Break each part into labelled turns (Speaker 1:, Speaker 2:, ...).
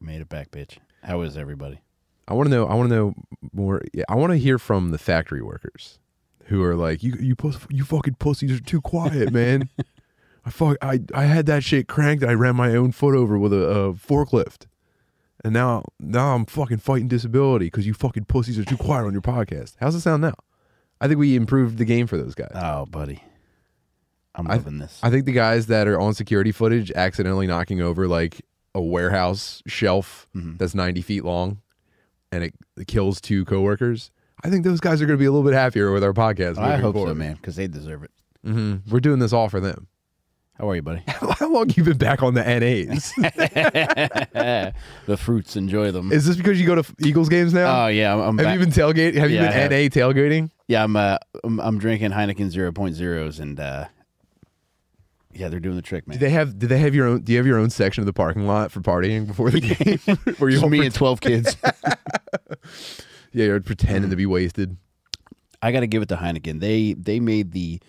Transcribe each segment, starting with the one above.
Speaker 1: made it back, bitch. How is everybody?
Speaker 2: I want to know. I want to know more. yeah, I want to hear from the factory workers who are like, "You, you, pus- you fucking pussies are too quiet, man." I fuck. I, I had that shit cranked. I ran my own foot over with a, a forklift, and now now I'm fucking fighting disability because you fucking pussies are too quiet on your podcast. How's it sound now? I think we improved the game for those guys.
Speaker 1: Oh, buddy. I'm loving this.
Speaker 2: I think the guys that are on security footage accidentally knocking over like a warehouse shelf
Speaker 1: Mm-hmm.
Speaker 2: that's 90 feet long and it, it kills two coworkers. I think those guys are going to be a little bit happier with our podcast.
Speaker 1: I
Speaker 2: moving
Speaker 1: hope so,
Speaker 2: forward.
Speaker 1: man, because they deserve it.
Speaker 2: Mhm. We're doing this all for them.
Speaker 1: How are you, buddy?
Speaker 2: How long you been back on the NAs?
Speaker 1: the fruits, enjoy them.
Speaker 2: Is this because you go to f- Eagles games now?
Speaker 1: Oh yeah, I'm, I'm
Speaker 2: have
Speaker 1: back.
Speaker 2: you been tailgate? Have
Speaker 1: Yeah, I
Speaker 2: you
Speaker 1: have.
Speaker 2: been NA tailgating?
Speaker 1: yeah, I'm, uh, I'm I'm drinking Heineken 0.0s and uh, yeah, they're doing the trick, man.
Speaker 2: Do they have? Do they have your own? Do you have your own section of the parking lot for partying before the game? Where you
Speaker 1: Just
Speaker 2: all
Speaker 1: me
Speaker 2: pre-
Speaker 1: and 12 kids.
Speaker 2: yeah, you're
Speaker 1: Mm-hmm.
Speaker 2: pretending to be wasted.
Speaker 1: I got to give it to Heineken. They they made the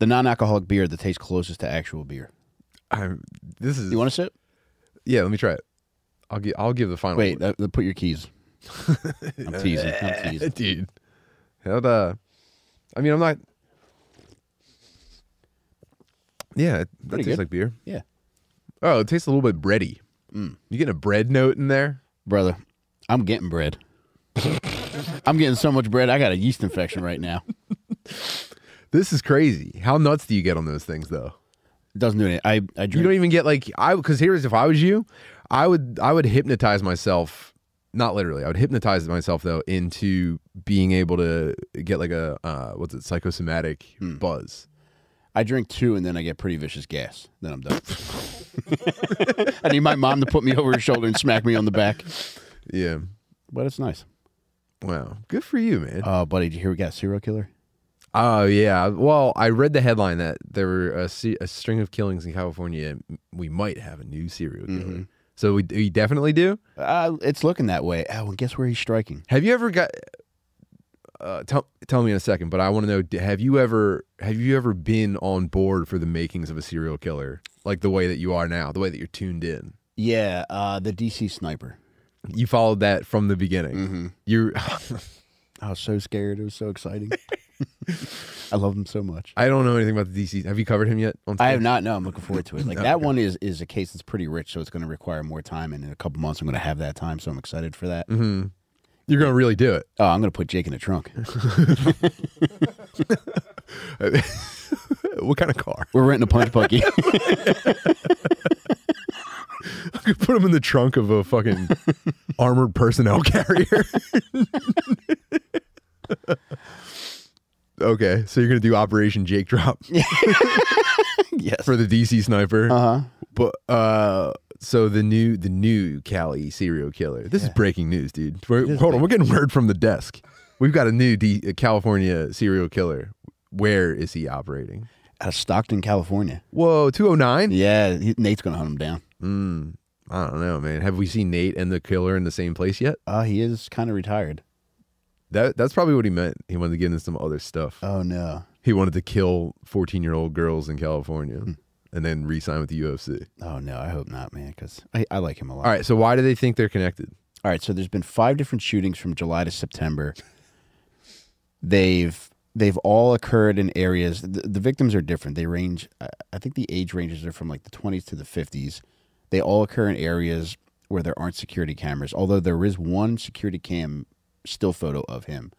Speaker 1: the non-alcoholic beer that tastes closest to actual beer.
Speaker 2: I'm, this is
Speaker 1: You want to sip?
Speaker 2: yeah. Let me try it. I'll give. I'll give the final.
Speaker 1: Wait, uh, uh, put your keys. I'm teasing. I'm teasing.
Speaker 2: dude. Hell the. I mean, I'm not. Yeah, it- that
Speaker 1: Pretty
Speaker 2: tastes
Speaker 1: good.
Speaker 2: like beer.
Speaker 1: Yeah,
Speaker 2: Oh, it tastes a little bit bready.
Speaker 1: Mm.
Speaker 2: You getting a bread note in there?
Speaker 1: brother, I'm getting bread. I'm getting so much bread. I got a yeast infection right now.
Speaker 2: This is crazy. How nuts do you get on those things though?
Speaker 1: It doesn't do anything. I I
Speaker 2: You
Speaker 1: drink.
Speaker 2: don't even get like I because here's if I was you, I would I would hypnotize myself. Not literally, I would hypnotize myself though into being able to get like a uh, what's it psychosomatic
Speaker 1: Hmm.
Speaker 2: buzz.
Speaker 1: I drink two and then I get pretty vicious gas. Then I'm done. I need my mom to put me over her shoulder and smack me on the back.
Speaker 2: Yeah.
Speaker 1: But it's nice.
Speaker 2: Wow. Good for you, man.
Speaker 1: Oh, buddy, did you hear we got a serial killer?
Speaker 2: Oh Uh, yeah. Well, I read the headline that there were a, se- a string of killings in California. and We might have a new serial killer. So we, we definitely do.
Speaker 1: Uh, it's looking that way. Oh, and guess where he's striking?
Speaker 2: Have you ever got? Uh, tell tell me in a second, but I want to know: d- Have you ever have you ever been on board for the makings of a serial killer, like the way that you are now, the way that you're tuned in?
Speaker 1: Yeah, uh, the DC sniper.
Speaker 2: You followed that from the beginning. You,
Speaker 1: I was so scared. It was so exciting. I love him so much.
Speaker 2: I don't know anything about the DC. Have you covered him yet? On
Speaker 1: I have
Speaker 2: Stan?
Speaker 1: not. No, I'm looking forward to it. Like that one is is a case that's pretty rich, so it's going to require more time. And in a couple months, I'm going to have that time, so I'm excited for that.
Speaker 2: You're gonna really do it.
Speaker 1: Oh, I'm going to put Jake in a trunk.
Speaker 2: What kind of car?
Speaker 1: We're renting a punch buggy.
Speaker 2: I could put him in the trunk of a fucking armored personnel carrier. okay, so you're gonna do Operation Jake Drop
Speaker 1: yes.
Speaker 2: for the DC sniper.
Speaker 1: Uh huh.
Speaker 2: But uh so the new the new Cali serial killer. This is breaking news, dude. We're, hold on, we're getting word from the desk. We've got a new D- uh, California serial killer. Where is he operating?
Speaker 1: Out of Stockton, California.
Speaker 2: Whoa, 209?
Speaker 1: Yeah, he- Nate's going to hunt him down.
Speaker 2: Mm, I don't know, man. Have we seen Nate and the killer in the same place yet?
Speaker 1: Uh, he is kind of retired.
Speaker 2: That that's probably what he meant. He wanted to get into some other stuff.
Speaker 1: Oh no.
Speaker 2: He wanted to kill 14-year-old girls in California and then re-sign with the UFC.
Speaker 1: Oh no. I hope not, man. Because I, I like him a lot.
Speaker 2: All right, so why do they think they're connected?
Speaker 1: All right, so there's been five different shootings from July to September. They've they've all occurred in areas. The, the victims are different. They range. I I think the age ranges are from like the 20s to the 50s. They all occur in areas where there aren't security cameras. Although there is one security cam still photo of him,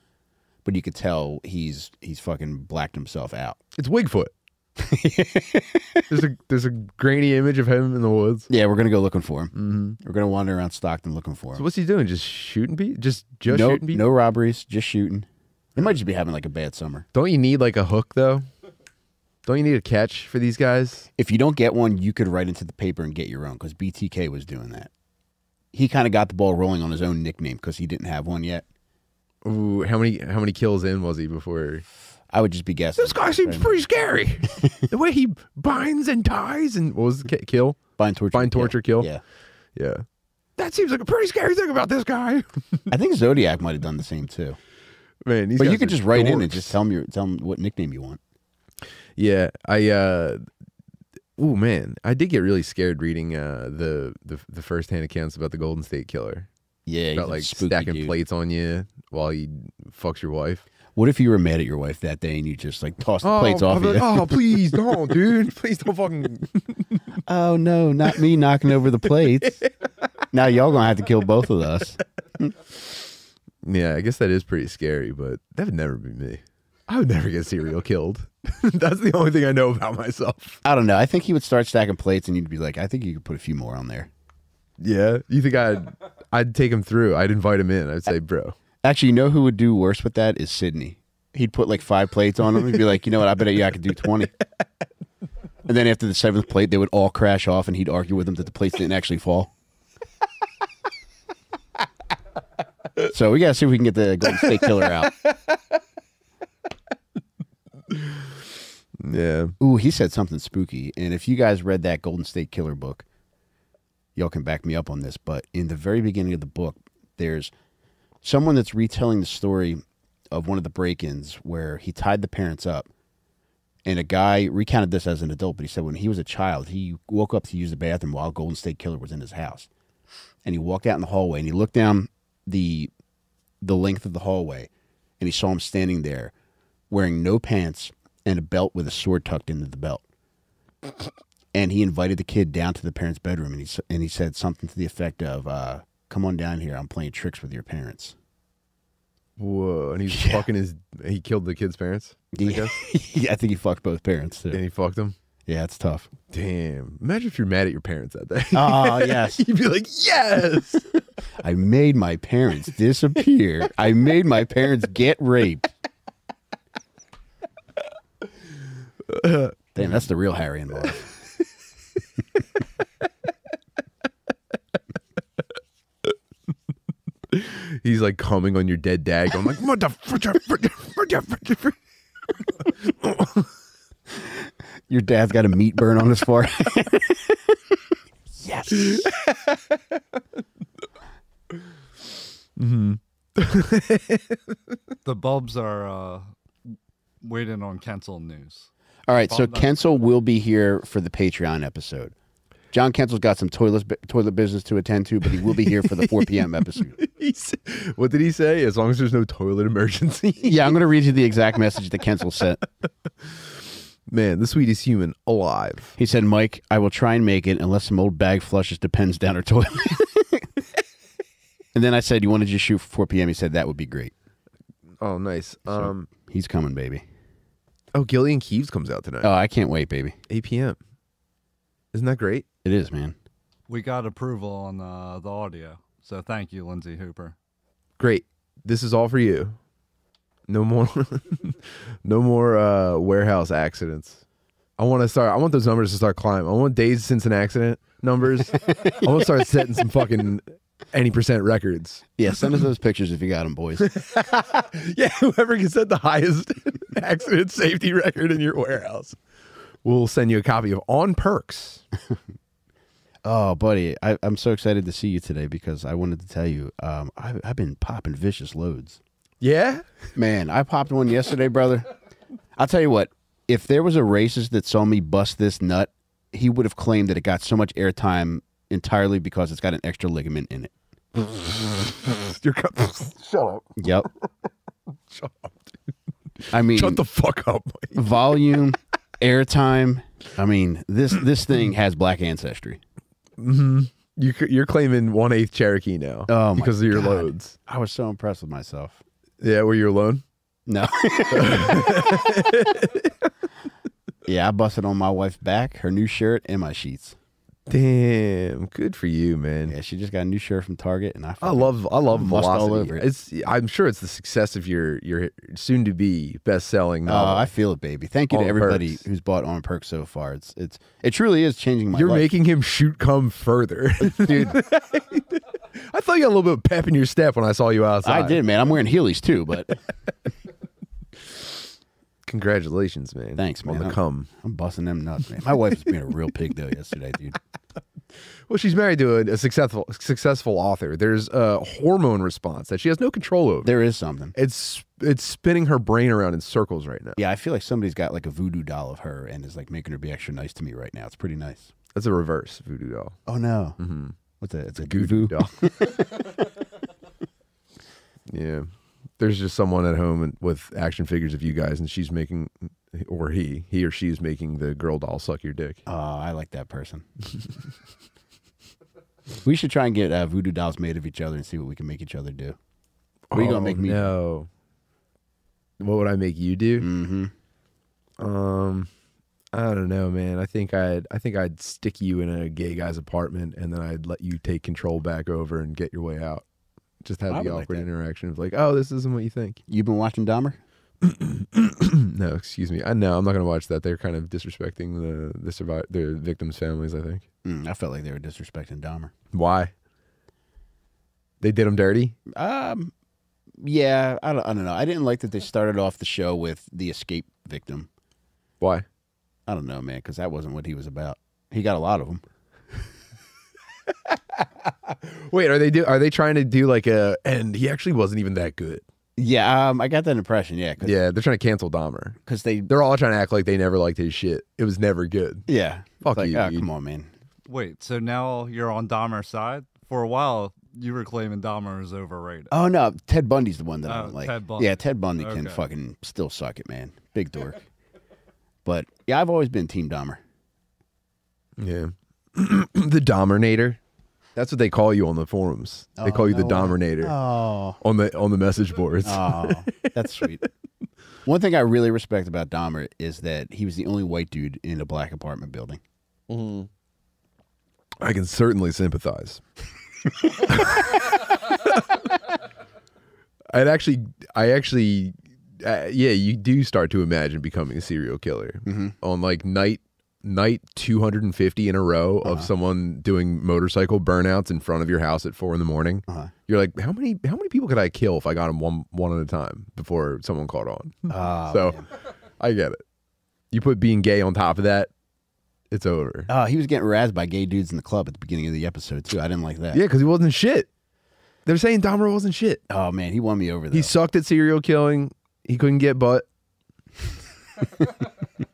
Speaker 1: but you could tell he's he's fucking blacked himself out.
Speaker 2: It's Wigfoot. there's a there's a grainy image of him in the woods.
Speaker 1: Yeah, we're gonna go looking for him.
Speaker 2: Mm-hmm.
Speaker 1: We're gonna wander around Stockton looking for him.
Speaker 2: So what's he doing? Just shooting people? Just just
Speaker 1: no,
Speaker 2: shooting people?
Speaker 1: no robberies, just shooting. He might just be having like a bad summer.
Speaker 2: Don't you need like a hook though? Don't you need a catch for these guys?
Speaker 1: if you don't get one, you could write into the paper and get your own because BTK was doing that. He kind of got the ball rolling on his own nickname because he didn't have one yet.
Speaker 2: Ooh, how many how many kills in was he before?
Speaker 1: I would just be guessing.
Speaker 2: seems pretty scary. the way he binds and ties and what was the ki- kill?
Speaker 1: Bind torture.
Speaker 2: Bind, torture, kill.
Speaker 1: Yeah.
Speaker 2: Yeah. That seems like a pretty scary thing about this guy.
Speaker 1: I think Zodiac might have done the same too.
Speaker 2: Man, these
Speaker 1: But you
Speaker 2: guys
Speaker 1: could
Speaker 2: are
Speaker 1: just write in and
Speaker 2: dorks.
Speaker 1: just tell him your, tell him what nickname you want.
Speaker 2: Yeah, I uh oh man, I did get really scared reading uh, the the the firsthand accounts about the Golden State Killer.
Speaker 1: Yeah, he's
Speaker 2: about
Speaker 1: a
Speaker 2: like
Speaker 1: spooky
Speaker 2: stacking
Speaker 1: dude.
Speaker 2: plates on you while he fucks your wife.
Speaker 1: What if you were mad at your wife that day and you just like tossed the plates
Speaker 2: I'll
Speaker 1: off
Speaker 2: be
Speaker 1: you?
Speaker 2: like, oh, please don't, dude. Please don't fucking.
Speaker 1: Oh no, not me knocking over the plates. now y'all gonna have to kill both of us.
Speaker 2: Yeah, I guess that is pretty scary, but that would never be me. I would never get serial killed. That's the only thing I know about myself.
Speaker 1: I don't know. I think he would start stacking plates and you'd be like, I think you could put a few more on there.
Speaker 2: Yeah, you think I'd I'd take him through? I'd invite him in. I'd say, bro,
Speaker 1: Actually, you know who would do worse with that is Sydney. He'd put like five plates on him. He'd be like, you know what? I bet you I could do 20. And then after the seventh plate, they would all crash off and he'd argue with them that the plates didn't actually fall. So we got to see if we can get the Golden State Killer out.
Speaker 2: yeah,
Speaker 1: Ooh, he said something spooky. And if you guys read that Golden State Killer book, y'all can back me up on this. But in the very beginning of the book, there's someone that's retelling the story of one of the break ins where he tied the parents up. And a guy recounted this as an adult, but he said when he was a child, he woke up to use the bathroom while Golden State Killer was in his house. And he walked out in the hallway and he looked down the the length of the hallway and he saw him standing there wearing no pants and a belt with a sword tucked into the belt. And he invited the kid down to the parents' bedroom and he, s- and he said something to the effect of, uh, Come on down here, I'm playing tricks with your parents.
Speaker 2: whoa. And he's
Speaker 1: Yeah.
Speaker 2: fucking his. He killed the kid's parents. I
Speaker 1: Yeah, I think he fucked both parents
Speaker 2: And
Speaker 1: too.
Speaker 2: he fucked them.
Speaker 1: Yeah, it's tough.
Speaker 2: Damn. Imagine if you're mad at your parents that day.
Speaker 1: Oh, yes.
Speaker 2: You'd be like, yes.
Speaker 1: I made my parents disappear. I made my parents get raped. Damn, that's the real Harry and Marv.
Speaker 2: He's like coming on your dead dad. I'm like, what the fuck?
Speaker 1: Your dad's got a meat burn on his forehead. yes.
Speaker 3: The bulbs are uh, waiting on cancel news.
Speaker 1: All right, so
Speaker 3: Well done.
Speaker 1: Kensel will be here for the Patreon episode. John Kensel's got some toilet toilet business to attend to, but he will be here for the 4 p.m. episode.
Speaker 2: He's- what did he say? As long as there's no toilet emergency.
Speaker 1: Yeah, I'm going to read you the exact message that Kensel sent.
Speaker 2: Man, the sweetest human alive.
Speaker 1: He said, "Mike, I will try and make it unless some old bag flushes depends down her toilet." and then I said, "You want to just shoot for 4 p.m.?" He said, "That would be great."
Speaker 2: Oh, nice. Um,
Speaker 1: He's coming, baby.
Speaker 2: oh, Gillian Keeves comes out tonight.
Speaker 1: Oh, I can't wait, baby.
Speaker 2: 8 p.m. Isn't that great?
Speaker 1: It is, man.
Speaker 3: We got approval on uh, the audio, so thank you, Lindsay Hooper.
Speaker 2: Great. This is all for you. No more, no more uh, warehouse accidents. I want to start. I want those numbers to start climbing. I want days since an accident numbers. I want to start setting some fucking any percent records.
Speaker 1: Yeah, send us those pictures if you got them, boys.
Speaker 2: Yeah, whoever can set the highest accident safety record in your warehouse, we'll send you a copy of On Perks.
Speaker 1: Oh, buddy, I, I'm so excited to see you today because I wanted to tell you, um, I, I've been popping vicious loads.
Speaker 2: Yeah,
Speaker 1: Man, I popped one yesterday, brother. I'll tell you what, if there was a racist that saw me bust this nut, he would have claimed that it got so much airtime entirely because it's got an extra ligament in it.
Speaker 2: your cup. Shut up.
Speaker 1: Yep.
Speaker 2: Shut up.
Speaker 1: I mean,
Speaker 2: Shut the fuck up. Mike.
Speaker 1: volume, airtime. I mean, this this thing has black ancestry.
Speaker 2: You, c- you're claiming one eighth Cherokee now
Speaker 1: Oh, my
Speaker 2: because of your
Speaker 1: God.
Speaker 2: loads.
Speaker 1: I was so impressed with myself.
Speaker 2: Yeah, were you alone?
Speaker 1: No. yeah, I busted on my wife's back, her new shirt, and my sheets.
Speaker 2: Damn, good for you, man.
Speaker 1: Yeah, she just got a new shirt from Target, and I.
Speaker 2: I
Speaker 1: fucking-
Speaker 2: love I love
Speaker 1: Must all
Speaker 2: velocity.
Speaker 1: over it.
Speaker 2: It's I'm sure it's the success of your your soon to be best selling
Speaker 1: Oh,
Speaker 2: novel.
Speaker 1: I feel it, baby. Thank you to
Speaker 2: On
Speaker 1: everybody
Speaker 2: Perks.
Speaker 1: who's bought on perks so far. It's it's it truly is changing my
Speaker 2: You're
Speaker 1: life.
Speaker 2: making him shoot come further. Dude. I thought you had a little bit of pep in your step when I saw you outside.
Speaker 1: I did, man. I'm wearing Heelys too, but
Speaker 2: Congratulations, man.
Speaker 1: Thanks,
Speaker 2: On
Speaker 1: man.
Speaker 2: the come.
Speaker 1: I'm busting them nuts, man. My wife was being a real pig though yesterday, dude.
Speaker 2: Well, she's married to a, a successful successful author. There's a hormone response that she has no control over.
Speaker 1: There is something.
Speaker 2: It's it's spinning her brain around in circles right now.
Speaker 1: Yeah, I feel like somebody's got like a voodoo doll of her and is like making her be extra nice to me right now. It's pretty nice.
Speaker 2: That's a reverse voodoo doll.
Speaker 1: Oh no,
Speaker 2: Mm-hmm.
Speaker 1: what's that? It's a voodoo.
Speaker 2: Voodoo doll. yeah. There's just someone at home and, with action figures of you guys, and she's making, or he, he or she is making the girl doll suck your dick.
Speaker 1: Oh, I like that person. we should try and get uh, voodoo dolls made of each other and see what we can make each other do. What are
Speaker 2: Oh,
Speaker 1: you gonna make me-
Speaker 2: No. What would I make you do?
Speaker 1: Mm-hmm.
Speaker 2: Um, I don't know, man. I think I'd I think I'd stick you in a gay guy's apartment, and then I'd let you take control back over and get your way out. Just
Speaker 1: I
Speaker 2: have the
Speaker 1: would like
Speaker 2: awkward
Speaker 1: that.
Speaker 2: interaction of like, oh, this isn't what you think.
Speaker 1: You've been watching Dahmer?
Speaker 2: no, excuse me. I no, I'm not gonna watch that. They're kind of disrespecting the the survive the victims' families. I think.
Speaker 1: Mm, I felt like they were disrespecting Dahmer.
Speaker 2: Why? They did them dirty.
Speaker 1: Um, yeah, I don't, I don't know. I didn't like that they started off the show with the escape victim.
Speaker 2: Why?
Speaker 1: I don't know, man, because that wasn't what he was about. He got a lot of them.
Speaker 2: Wait, are they do? Are they trying to do like a? And he actually wasn't even that good.
Speaker 1: Yeah, um, I got that impression. Yeah, because
Speaker 2: Yeah, they're trying to cancel Dahmer.
Speaker 1: they.
Speaker 2: They're all trying to act like they never liked his shit. It was never good.
Speaker 1: Yeah, It's
Speaker 2: Fuck
Speaker 1: like,
Speaker 2: you,
Speaker 1: oh,
Speaker 2: dude.
Speaker 1: come on, man.
Speaker 3: Wait, so now you're on Dahmer's side? For a while, you were claiming Dahmer is overrated.
Speaker 1: Oh no, Ted Bundy's the one that I
Speaker 3: Oh,
Speaker 1: don't like.
Speaker 3: Ted Bundy.
Speaker 1: Yeah, Ted Bundy can
Speaker 3: Okay.
Speaker 1: fucking still suck it, man. Big dork. but yeah, I've always been Team Dahmer.
Speaker 2: Yeah. the Dominator. That's what they call you on the forums. They call you the Dominator
Speaker 1: Oh,
Speaker 2: on the on the message boards.
Speaker 1: oh, that's sweet. One thing I really respect about Dahmer is that he was the only white dude in a black apartment building.
Speaker 2: I can certainly sympathize. I'd actually, I actually, uh, yeah, you do start to imagine becoming a serial killer
Speaker 1: Mm-hmm.
Speaker 2: on like night night 250 in a row
Speaker 1: Uh-huh.
Speaker 2: of someone doing motorcycle burnouts in front of your house at four in the morning.
Speaker 1: Uh-huh.
Speaker 2: You're like, how many how many people could I kill if I got them one one at a time before someone caught on?
Speaker 1: Oh,
Speaker 2: Hmm. so, I get it. You put being gay on top of that, it's over.
Speaker 1: Oh, he was getting razzed by gay dudes in the club at the beginning of the episode too. I didn't like that.
Speaker 2: Yeah, because he wasn't shit. They're saying Dahmer wasn't shit.
Speaker 1: Oh man, he won me over though.
Speaker 2: He sucked at serial killing. He couldn't get butt.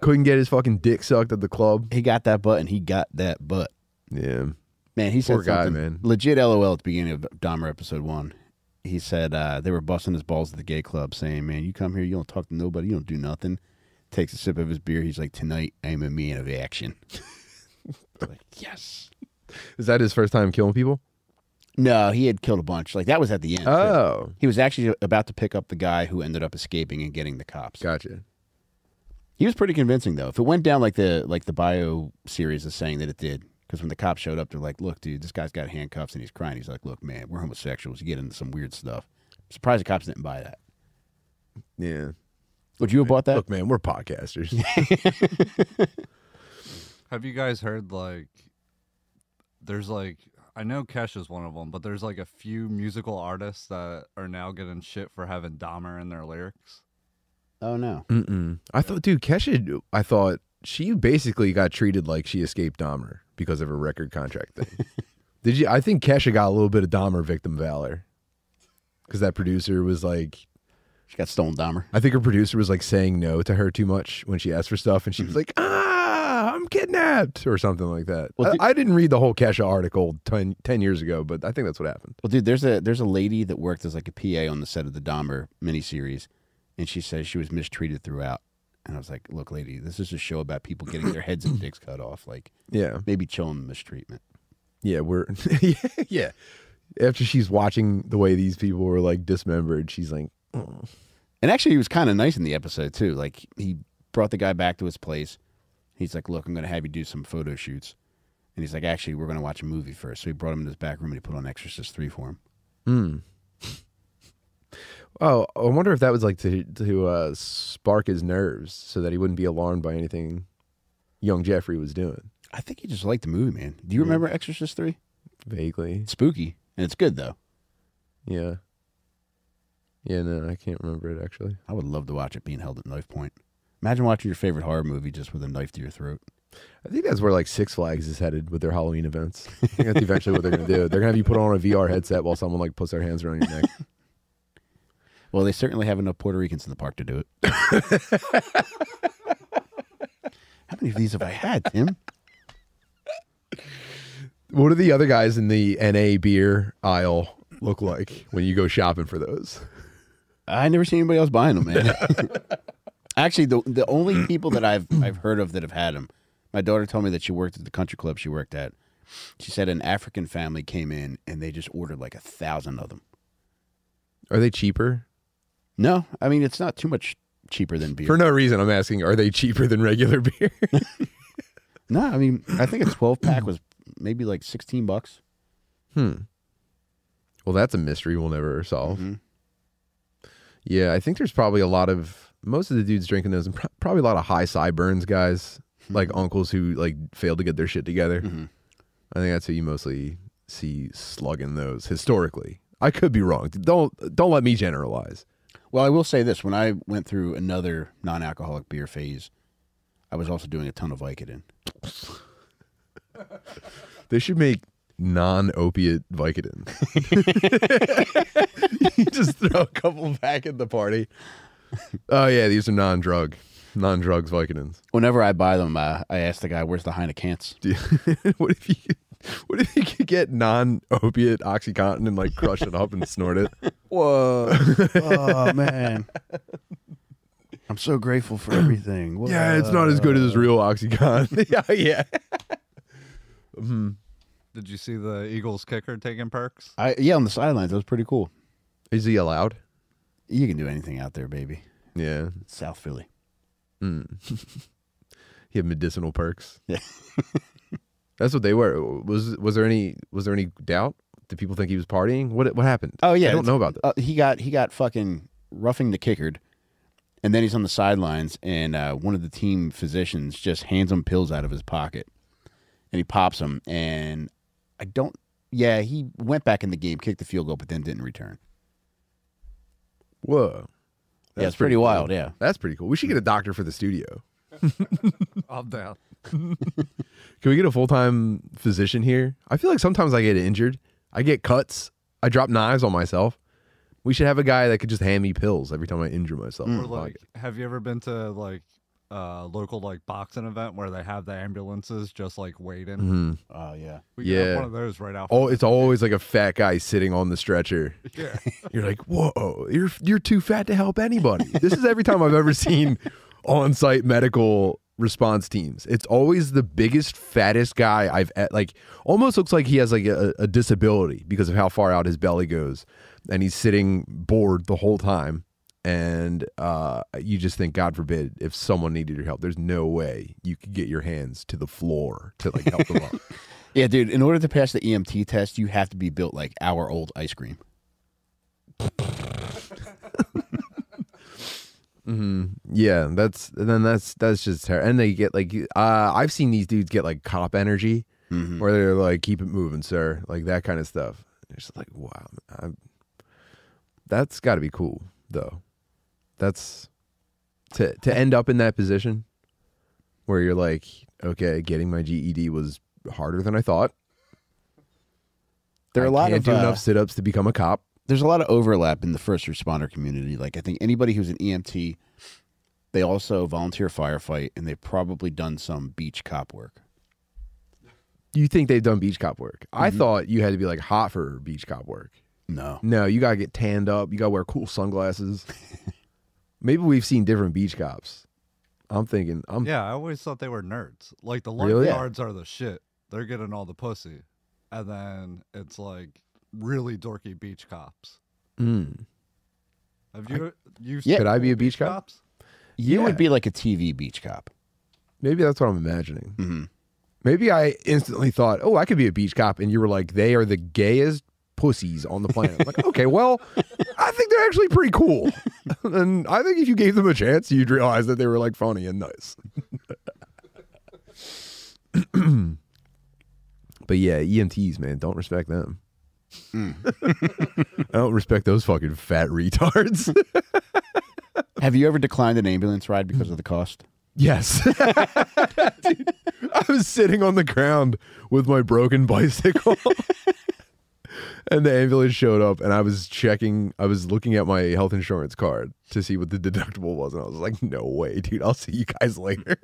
Speaker 2: couldn't get his fucking dick sucked at the club.
Speaker 1: he got that butt and he got that butt.
Speaker 2: Yeah.
Speaker 1: Man, he said
Speaker 2: Poor guy,
Speaker 1: something-
Speaker 2: man.
Speaker 1: Legit LOL at the beginning of Dahmer episode one. He said uh, they were busting his balls at the gay club, saying, "Man, you come here, you don't talk to nobody, you don't do nothing." Takes a sip of his beer. He's like, "Tonight, I'm a man of action." like, yes.
Speaker 2: Is that his first time killing people?
Speaker 1: No, he had killed a bunch. Like that was at the end. too.
Speaker 2: Oh.
Speaker 1: He was actually about to pick up the guy who ended up escaping and getting the cops.
Speaker 2: Gotcha.
Speaker 1: He was pretty convincing though. If it went down like the like the bio series is saying that it did, because when the cops showed up, they're like, "Look, dude, this guy's got handcuffs and he's crying." He's like, "Look, man, we're homosexuals. You get into some weird stuff." surprised the cops didn't buy that.
Speaker 2: Yeah.
Speaker 1: Would you have bought that?
Speaker 2: Look, man, we're podcasters.
Speaker 3: Have you guys heard like there's like I know Kesh is one of them, but there's like a few musical artists that are now getting shit for having Dahmer in their lyrics.
Speaker 1: oh no.
Speaker 2: Mm-mm. I thought, dude, Kesha, I thought she basically got treated like she escaped Dahmer because of her record contract thing. Did you? I think Kesha got a little bit of Dahmer victim valor because that producer was like,
Speaker 1: She got stolen Dahmer.
Speaker 2: I think her producer was like saying no to her too much when she asked for stuff, and she was like, ah, I'm kidnapped or something like that.
Speaker 1: Well,
Speaker 2: I-
Speaker 1: dude-
Speaker 2: I, didn't read the whole Kesha article 10, 10 years ago, but I think that's what happened.
Speaker 1: Well, dude, there's a there's a lady that worked as like a PA on the set of the Dahmer miniseries, and she says she was mistreated throughout. And I was like, "Look, lady, this is a show about people getting their heads and dicks cut off. Like,
Speaker 2: Yeah.
Speaker 1: maybe chilling mistreatment."
Speaker 2: Yeah, we're yeah. After she's watching the way these people were like dismembered, she's like, "Oh."
Speaker 1: And actually, he was kind of nice in the episode too. Like he brought the guy back to his place. He's like, "Look, I'm going to have you do some photo shoots," and he's like, "Actually, we're going to watch a movie first. So he brought him to his back room and he put on Exorcist three for him.
Speaker 2: "Hmm." oh, I wonder if that was like to to uh, spark his nerves so that he wouldn't be alarmed by anything young Jeffrey was doing.
Speaker 1: I think he just liked the movie, man. Do you remember Exorcist three?
Speaker 2: Vaguely,
Speaker 1: It's spooky and it's good though.
Speaker 2: yeah, yeah. No, I can't remember it actually.
Speaker 1: I would love to watch it being held at knife point. Imagine watching your favorite horror movie just with a knife to your throat.
Speaker 2: I think that's where like Six Flags is headed with their Halloween events. I think that's eventually what they're gonna do. They're gonna have you put on a VR headset while someone like puts their hands around your neck.
Speaker 1: Well, they certainly have enough Puerto Ricans in the park to do it. How many of these have I had, Tim?
Speaker 2: What do the other guys in the NA beer aisle look like when you go shopping for those?
Speaker 1: I never seen anybody else buying them, man. Actually, the the only people that I've I've heard of that have had them. My daughter told me that she worked at the country club she worked at. She said an African family came in and they just ordered like a thousand of them.
Speaker 2: Are they cheaper?
Speaker 1: No, I mean it's not too much cheaper than beer.
Speaker 2: For no reason, I'm asking. Are they cheaper than regular beer?
Speaker 1: no, I mean I think a twelve pack was maybe like sixteen bucks.
Speaker 2: hmm. Well, that's a mystery we'll never solve. Yeah, I think there's probably a lot of most of the dudes drinking those, and pro- probably a lot of high sideburns guys, like uncles who like failed to get their shit together.
Speaker 1: Mhm.
Speaker 2: I think that's who you mostly see slugging those historically. I could be wrong. Don't don't let me generalize.
Speaker 1: Well, I will say this: when I went through another non-alcoholic beer phase, I was also doing a ton of Vicodin.
Speaker 2: They should make non-opiate Vicodin. you just throw a couple back at the party. Oh yeah, these are non-drug, non-drugs Vicodins.
Speaker 1: Whenever I buy them, uh, I ask the guy, "Where's the Heinekens?"
Speaker 2: Do you- what if you what if you could get non-opiate oxycontin and like crush it up and snort it?
Speaker 1: Whoa! oh man, I'm so grateful for everything. uh,
Speaker 2: Yeah, it's not as good as real oxycontin. yeah, yeah.
Speaker 3: Did you see the Eagles kicker taking perks?
Speaker 1: I yeah, on the sidelines, that was pretty cool.
Speaker 2: Is he allowed?
Speaker 1: You can do anything out there, baby.
Speaker 2: Yeah.
Speaker 1: It's South Philly.
Speaker 2: He had medicinal perks.
Speaker 1: Yeah.
Speaker 2: That's what they were. Was was there any was there any doubt? Did people think he was partying? What what happened?
Speaker 1: Oh, yeah,
Speaker 2: I don't
Speaker 1: it's-
Speaker 2: know about this.
Speaker 1: Uh, he got he got fucking roughing the kickered, and then he's on the sidelines, and uh, one of the team physicians just hands him pills out of his pocket, and he pops them, and I don't. Yeah, he went back in the game, kicked the field goal, but then didn't return.
Speaker 2: Whoa.
Speaker 1: yeah, it's pretty,
Speaker 2: cool.
Speaker 1: wild. Yeah,
Speaker 2: That's pretty cool. We should get a doctor for the studio.
Speaker 3: I'm down.
Speaker 2: Can we get a full time physician here? I feel like sometimes I get injured. I get cuts. I drop knives on myself. We should have a guy that could just hand me pills every time Mm, I injure myself.
Speaker 3: Or like, have you ever been to like a local like boxing event where they have the ambulances just like waiting?
Speaker 2: hmm
Speaker 1: oh yeah.
Speaker 3: We could have
Speaker 2: Yeah.
Speaker 3: one of those right out.
Speaker 2: Oh, it's always like a fat guy sitting on the stretcher.
Speaker 3: yeah.
Speaker 2: You're like, whoa, you're you're too fat to help anybody. This is every time I've ever seen on site medical response teams. It's always the biggest, fattest guy I've e- like almost looks like he has like a, a disability because of how far out his belly goes, and he's sitting bored the whole time. And uh, you just think, God forbid, if someone needed your help, there's no way you could get your hands to the floor to like help them up.
Speaker 1: Yeah, dude. In order to pass the EMT test, you have to be built like our old ice cream.
Speaker 2: hmm Yeah, that's then that's that's just her. And they get like uh, I've seen these dudes get like cop energy,
Speaker 1: Mhm.
Speaker 2: where they're like, "Keep it moving, sir," like that kind of stuff. It's just like, wow, i that's got to be cool though. That's to to end up in that position where you're like, okay, getting my GED was harder than I thought.
Speaker 1: There are
Speaker 2: I
Speaker 1: a lot
Speaker 2: can't
Speaker 1: of
Speaker 2: do
Speaker 1: uh,
Speaker 2: enough sit ups to become a cop.
Speaker 1: there's a lot of overlap in the first responder community. Like I think anybody who's an EMT, they also volunteer firefight and they've probably done some beach cop work.
Speaker 2: You think they've done beach cop work? I thought you had to be like hot for beach cop work.
Speaker 1: No.
Speaker 2: No, you gotta get tanned up. You gotta wear cool sunglasses. Maybe we've seen different beach cops. I'm thinking. I'm.
Speaker 3: Yeah, I always thought they were nerds. Like the
Speaker 2: Really?
Speaker 3: lifeguards are the shit. They're getting all the pussy, and then it's like really dorky beach cops.
Speaker 2: Mm.
Speaker 3: Have you you
Speaker 1: Yeah.
Speaker 2: Could I be a beach cop?
Speaker 1: You
Speaker 2: Yeah.
Speaker 1: would be like a TV beach cop.
Speaker 2: Maybe that's what I'm imagining.
Speaker 1: Mhm.
Speaker 2: Maybe I instantly thought, oh, I could be a beach cop, and you were like, they are the gayest pussies on the planet. I'm like, okay, well, I think they're actually pretty cool, and I think if you gave them a chance, you'd realize that they were like funny and nice. but yeah, EMTs, man, don't respect them. I don't respect those fucking fat retards.
Speaker 1: Have you ever declined an ambulance ride because of the cost?
Speaker 2: Yes. Dude, I was sitting on the ground with my broken bicycle. and the ambulance showed up and I was checking I was looking at my health insurance card to see what the deductible was and I was like, "No way, dude. I'll see you guys later."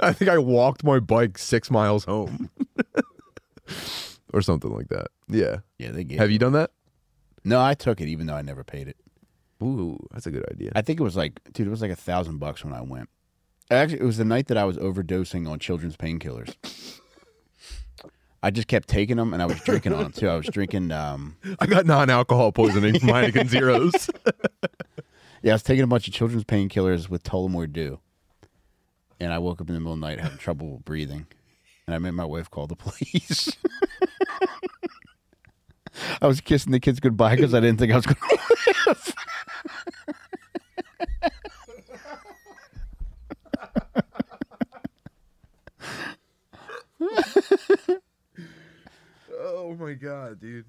Speaker 2: I think I walked my bike 6 miles home. or something like that. Yeah.
Speaker 1: Yeah, they gave.
Speaker 2: Have you done that?
Speaker 1: No, I took it even though I never paid it.
Speaker 2: Ooh, that's a good idea.
Speaker 1: I think it was like, dude, it was like a thousand bucks when I went. Actually, it was the night that I was overdosing on children's painkillers. I just kept taking them, and I was drinking on 'em, too. I was drinking, um,
Speaker 2: I got non-alcohol poisoning from Heineken Zeros.
Speaker 1: yeah, I was taking a bunch of children's painkillers with Tullamore Dew, and I woke up in the middle of the night having trouble breathing, and I made my wife call the police. I was kissing the kids goodbye because I didn't think I was going to live.
Speaker 2: Oh my god, dude.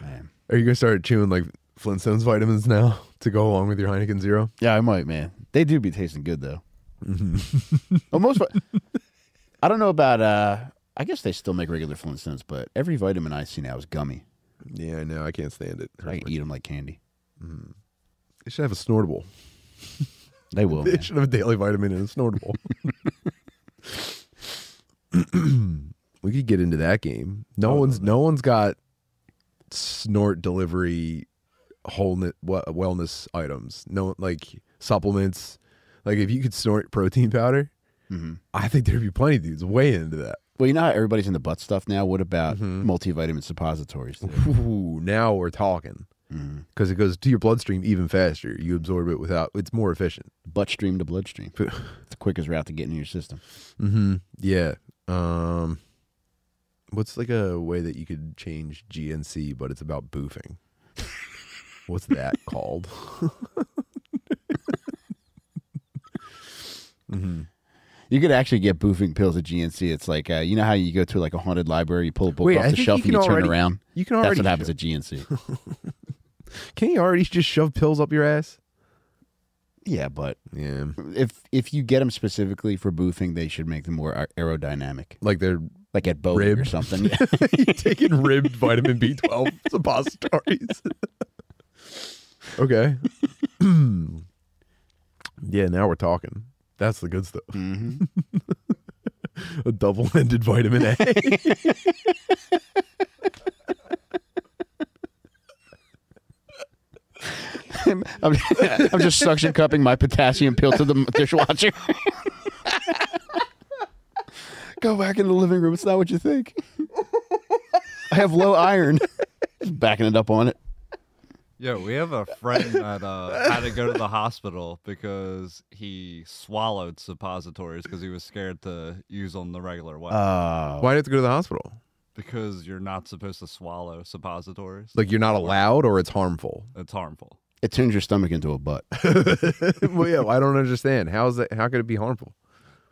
Speaker 1: Man.
Speaker 2: Are you gonna start chewing like Flintstones vitamins now to go along with your Heineken Zero?
Speaker 1: Yeah, I might, man. They do be tasting good though.
Speaker 2: Mm-hmm.
Speaker 1: well, most I don't know about. uh I guess they still make regular Flintstones, but every vitamin I see now is gummy.
Speaker 2: Yeah, I know. I can't stand it.
Speaker 1: I can eat them like candy.
Speaker 2: They should have a snortable.
Speaker 1: They will.
Speaker 2: They
Speaker 1: man.
Speaker 2: should have a daily vitamin and a snortable. we could get into that game. No one's no one's got snort delivery wholeness we- wellness items. No like supplements. Like if you could snort protein powder,
Speaker 1: Mhm.
Speaker 2: I think there'd be plenty of dudes way into that.
Speaker 1: Well, you know how everybody's in the butt stuff now. What about
Speaker 2: Mm-hmm.
Speaker 1: multivitamin suppositories? dude?
Speaker 2: Ooh, now we're talking.
Speaker 1: Mhm.
Speaker 2: Because it goes to your bloodstream even faster. You absorb it without. It's more efficient.
Speaker 1: Butt stream to bloodstream.
Speaker 2: But-
Speaker 1: It's the quickest route to get into your system.
Speaker 2: Mm-hmm. Yeah. Um, what's like a way that you could change GNC, but it's about boofing? what's that called? mm-hmm.
Speaker 1: You could actually get boofing pills at GNC. It's like uh, you know how you go to like a haunted library, you pull a book
Speaker 2: Wait,
Speaker 1: off
Speaker 2: I
Speaker 1: the
Speaker 2: think
Speaker 1: shelf,
Speaker 2: you
Speaker 1: and you
Speaker 2: can
Speaker 1: turn
Speaker 2: already-
Speaker 1: around.
Speaker 2: You can already.
Speaker 1: That's what happens at GNC.
Speaker 2: Can you already just shove pills up your ass?
Speaker 1: yeah, but
Speaker 2: Yeah.
Speaker 1: if if you get them specifically for boofing, they should make them more aer- aerodynamic,
Speaker 2: Like they're
Speaker 1: like at Boeing or
Speaker 2: Ribbed.
Speaker 1: something. Yeah.
Speaker 2: taking ribbed vitamin B12 suppositories. okay. yeah, now we're talking. That's the good stuff.
Speaker 1: Mhm.
Speaker 2: a double-ended vitamin A.
Speaker 1: I'm, I'm just suction cupping my potassium pill to the m- dishwasher. Go back in the living room. It's not what you think. I have low iron. Just backing it up on it.
Speaker 3: Yeah, we have a friend that uh, had to go to the hospital because he swallowed suppositories because he was scared to use them the regular way.
Speaker 1: Uh,
Speaker 2: Why do you have to go to the hospital?
Speaker 3: because you're not supposed to swallow suppositories.
Speaker 2: Like you're not allowed, or it's harmful.
Speaker 3: it's harmful.
Speaker 1: it turns your stomach into a butt.
Speaker 2: well, yeah, I don't understand. How is that? How could it be harmful?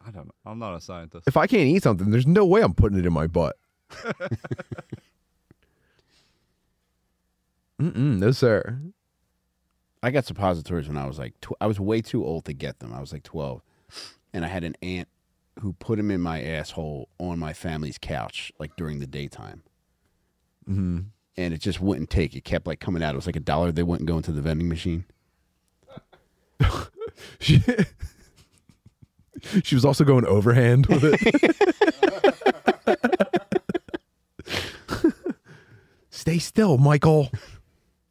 Speaker 3: I don't know. I'm not a scientist.
Speaker 2: If I can't eat something, there's no way I'm putting it in my butt. Mm-mm, no, sir.
Speaker 1: I got suppositories when I was like, tw- I was way too old to get them. I was like 12. And I had an aunt who put them in my asshole on my family's couch, like during the daytime.
Speaker 2: Mhm.
Speaker 1: And it just wouldn't take. It kept like coming out. It was like a dollar. They wouldn't go into the vending machine.
Speaker 2: She, she was also going overhand with it. Stay still, Michael.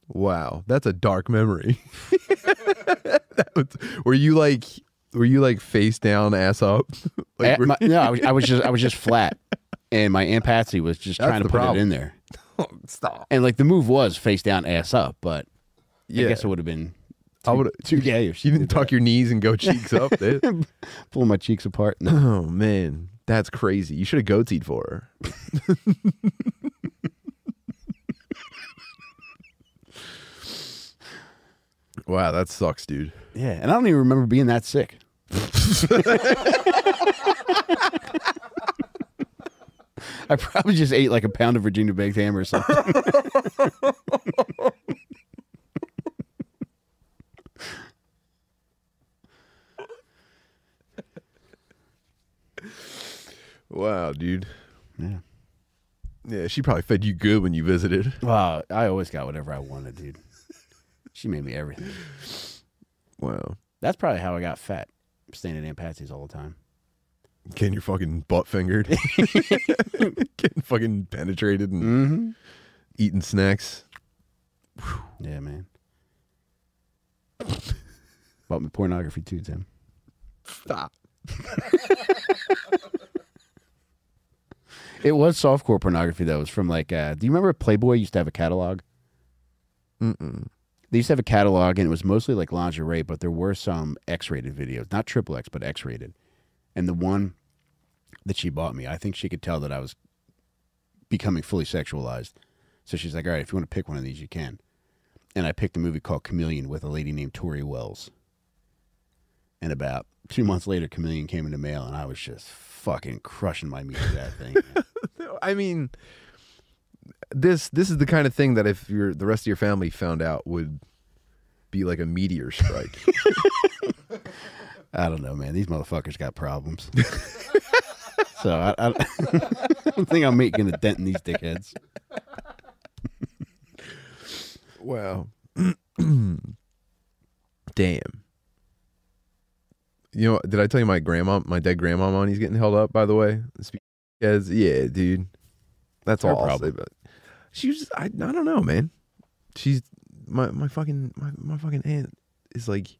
Speaker 2: Wow, that's a dark memory. That was- were you like were you like face down, ass up?
Speaker 1: Eh,
Speaker 2: Like, were-
Speaker 1: my- no, I was, I was just, I was just flat. And my aunt Patsy was just
Speaker 2: That's
Speaker 1: trying to
Speaker 2: the
Speaker 1: put it
Speaker 2: problem.
Speaker 1: in there.
Speaker 2: stop.
Speaker 1: And like the move was face down, ass up. But
Speaker 2: Yeah.
Speaker 1: I guess it would have been
Speaker 2: I
Speaker 1: too,
Speaker 2: would've-
Speaker 1: too gay if she
Speaker 2: you didn't
Speaker 1: didn't
Speaker 2: tuck your knees and go cheeks up. dude.
Speaker 1: pull my cheeks apart. No.
Speaker 2: Oh man, that's crazy. You should have goateed for her. wow, that sucks, dude.
Speaker 1: Yeah. And I don't even remember being that sick. I probably just ate like a pound of Virginia baked ham or something.
Speaker 2: Wow, dude.
Speaker 1: Yeah.
Speaker 2: Yeah, she probably fed you good when you visited.
Speaker 1: Wow, I always got whatever I wanted, dude. She made me everything.
Speaker 2: Wow.
Speaker 1: That's probably how I got fat, staying at Aunt Patsy's all the time.
Speaker 2: Getting your fucking butt fingered. Getting fucking penetrated and
Speaker 1: Mm-hmm.
Speaker 2: eating snacks.
Speaker 1: Yeah, man. Bought me pornography too, Tim.
Speaker 2: Stop.
Speaker 1: It was softcore pornography though. It was from like, uh, do you remember Playboy used to have a catalog?
Speaker 2: Mm-mm.
Speaker 1: They used to have a catalog, and it was mostly like lingerie, but there were some X-rated videos, not triple X, but X-rated. And the one that she bought me, I think she could tell that I was becoming fully sexualized. So she's like, "All right, if you want to pick one of these, you can." And I picked a movie called Chameleon with a lady named Tori Wells. And about two months later, Chameleon came in the mail, and I was just fucking crushing my meat to that thing. man.
Speaker 2: I mean, this this is the kind of thing that if your the rest of your family found out would be like a meteor strike.
Speaker 1: I don't know, man. These motherfuckers got problems. so I, I, I don't think I'm making a dent in these dickheads.
Speaker 2: wow. Damn. You know, did I tell you my grandma, my dead grandma, on? He's getting held up, by the way. Because, yeah, dude, that's
Speaker 1: Her
Speaker 2: all I'll say
Speaker 1: problem.
Speaker 2: about. it. She was, I, I don't know, man. She's my my fucking my, my fucking aunt is like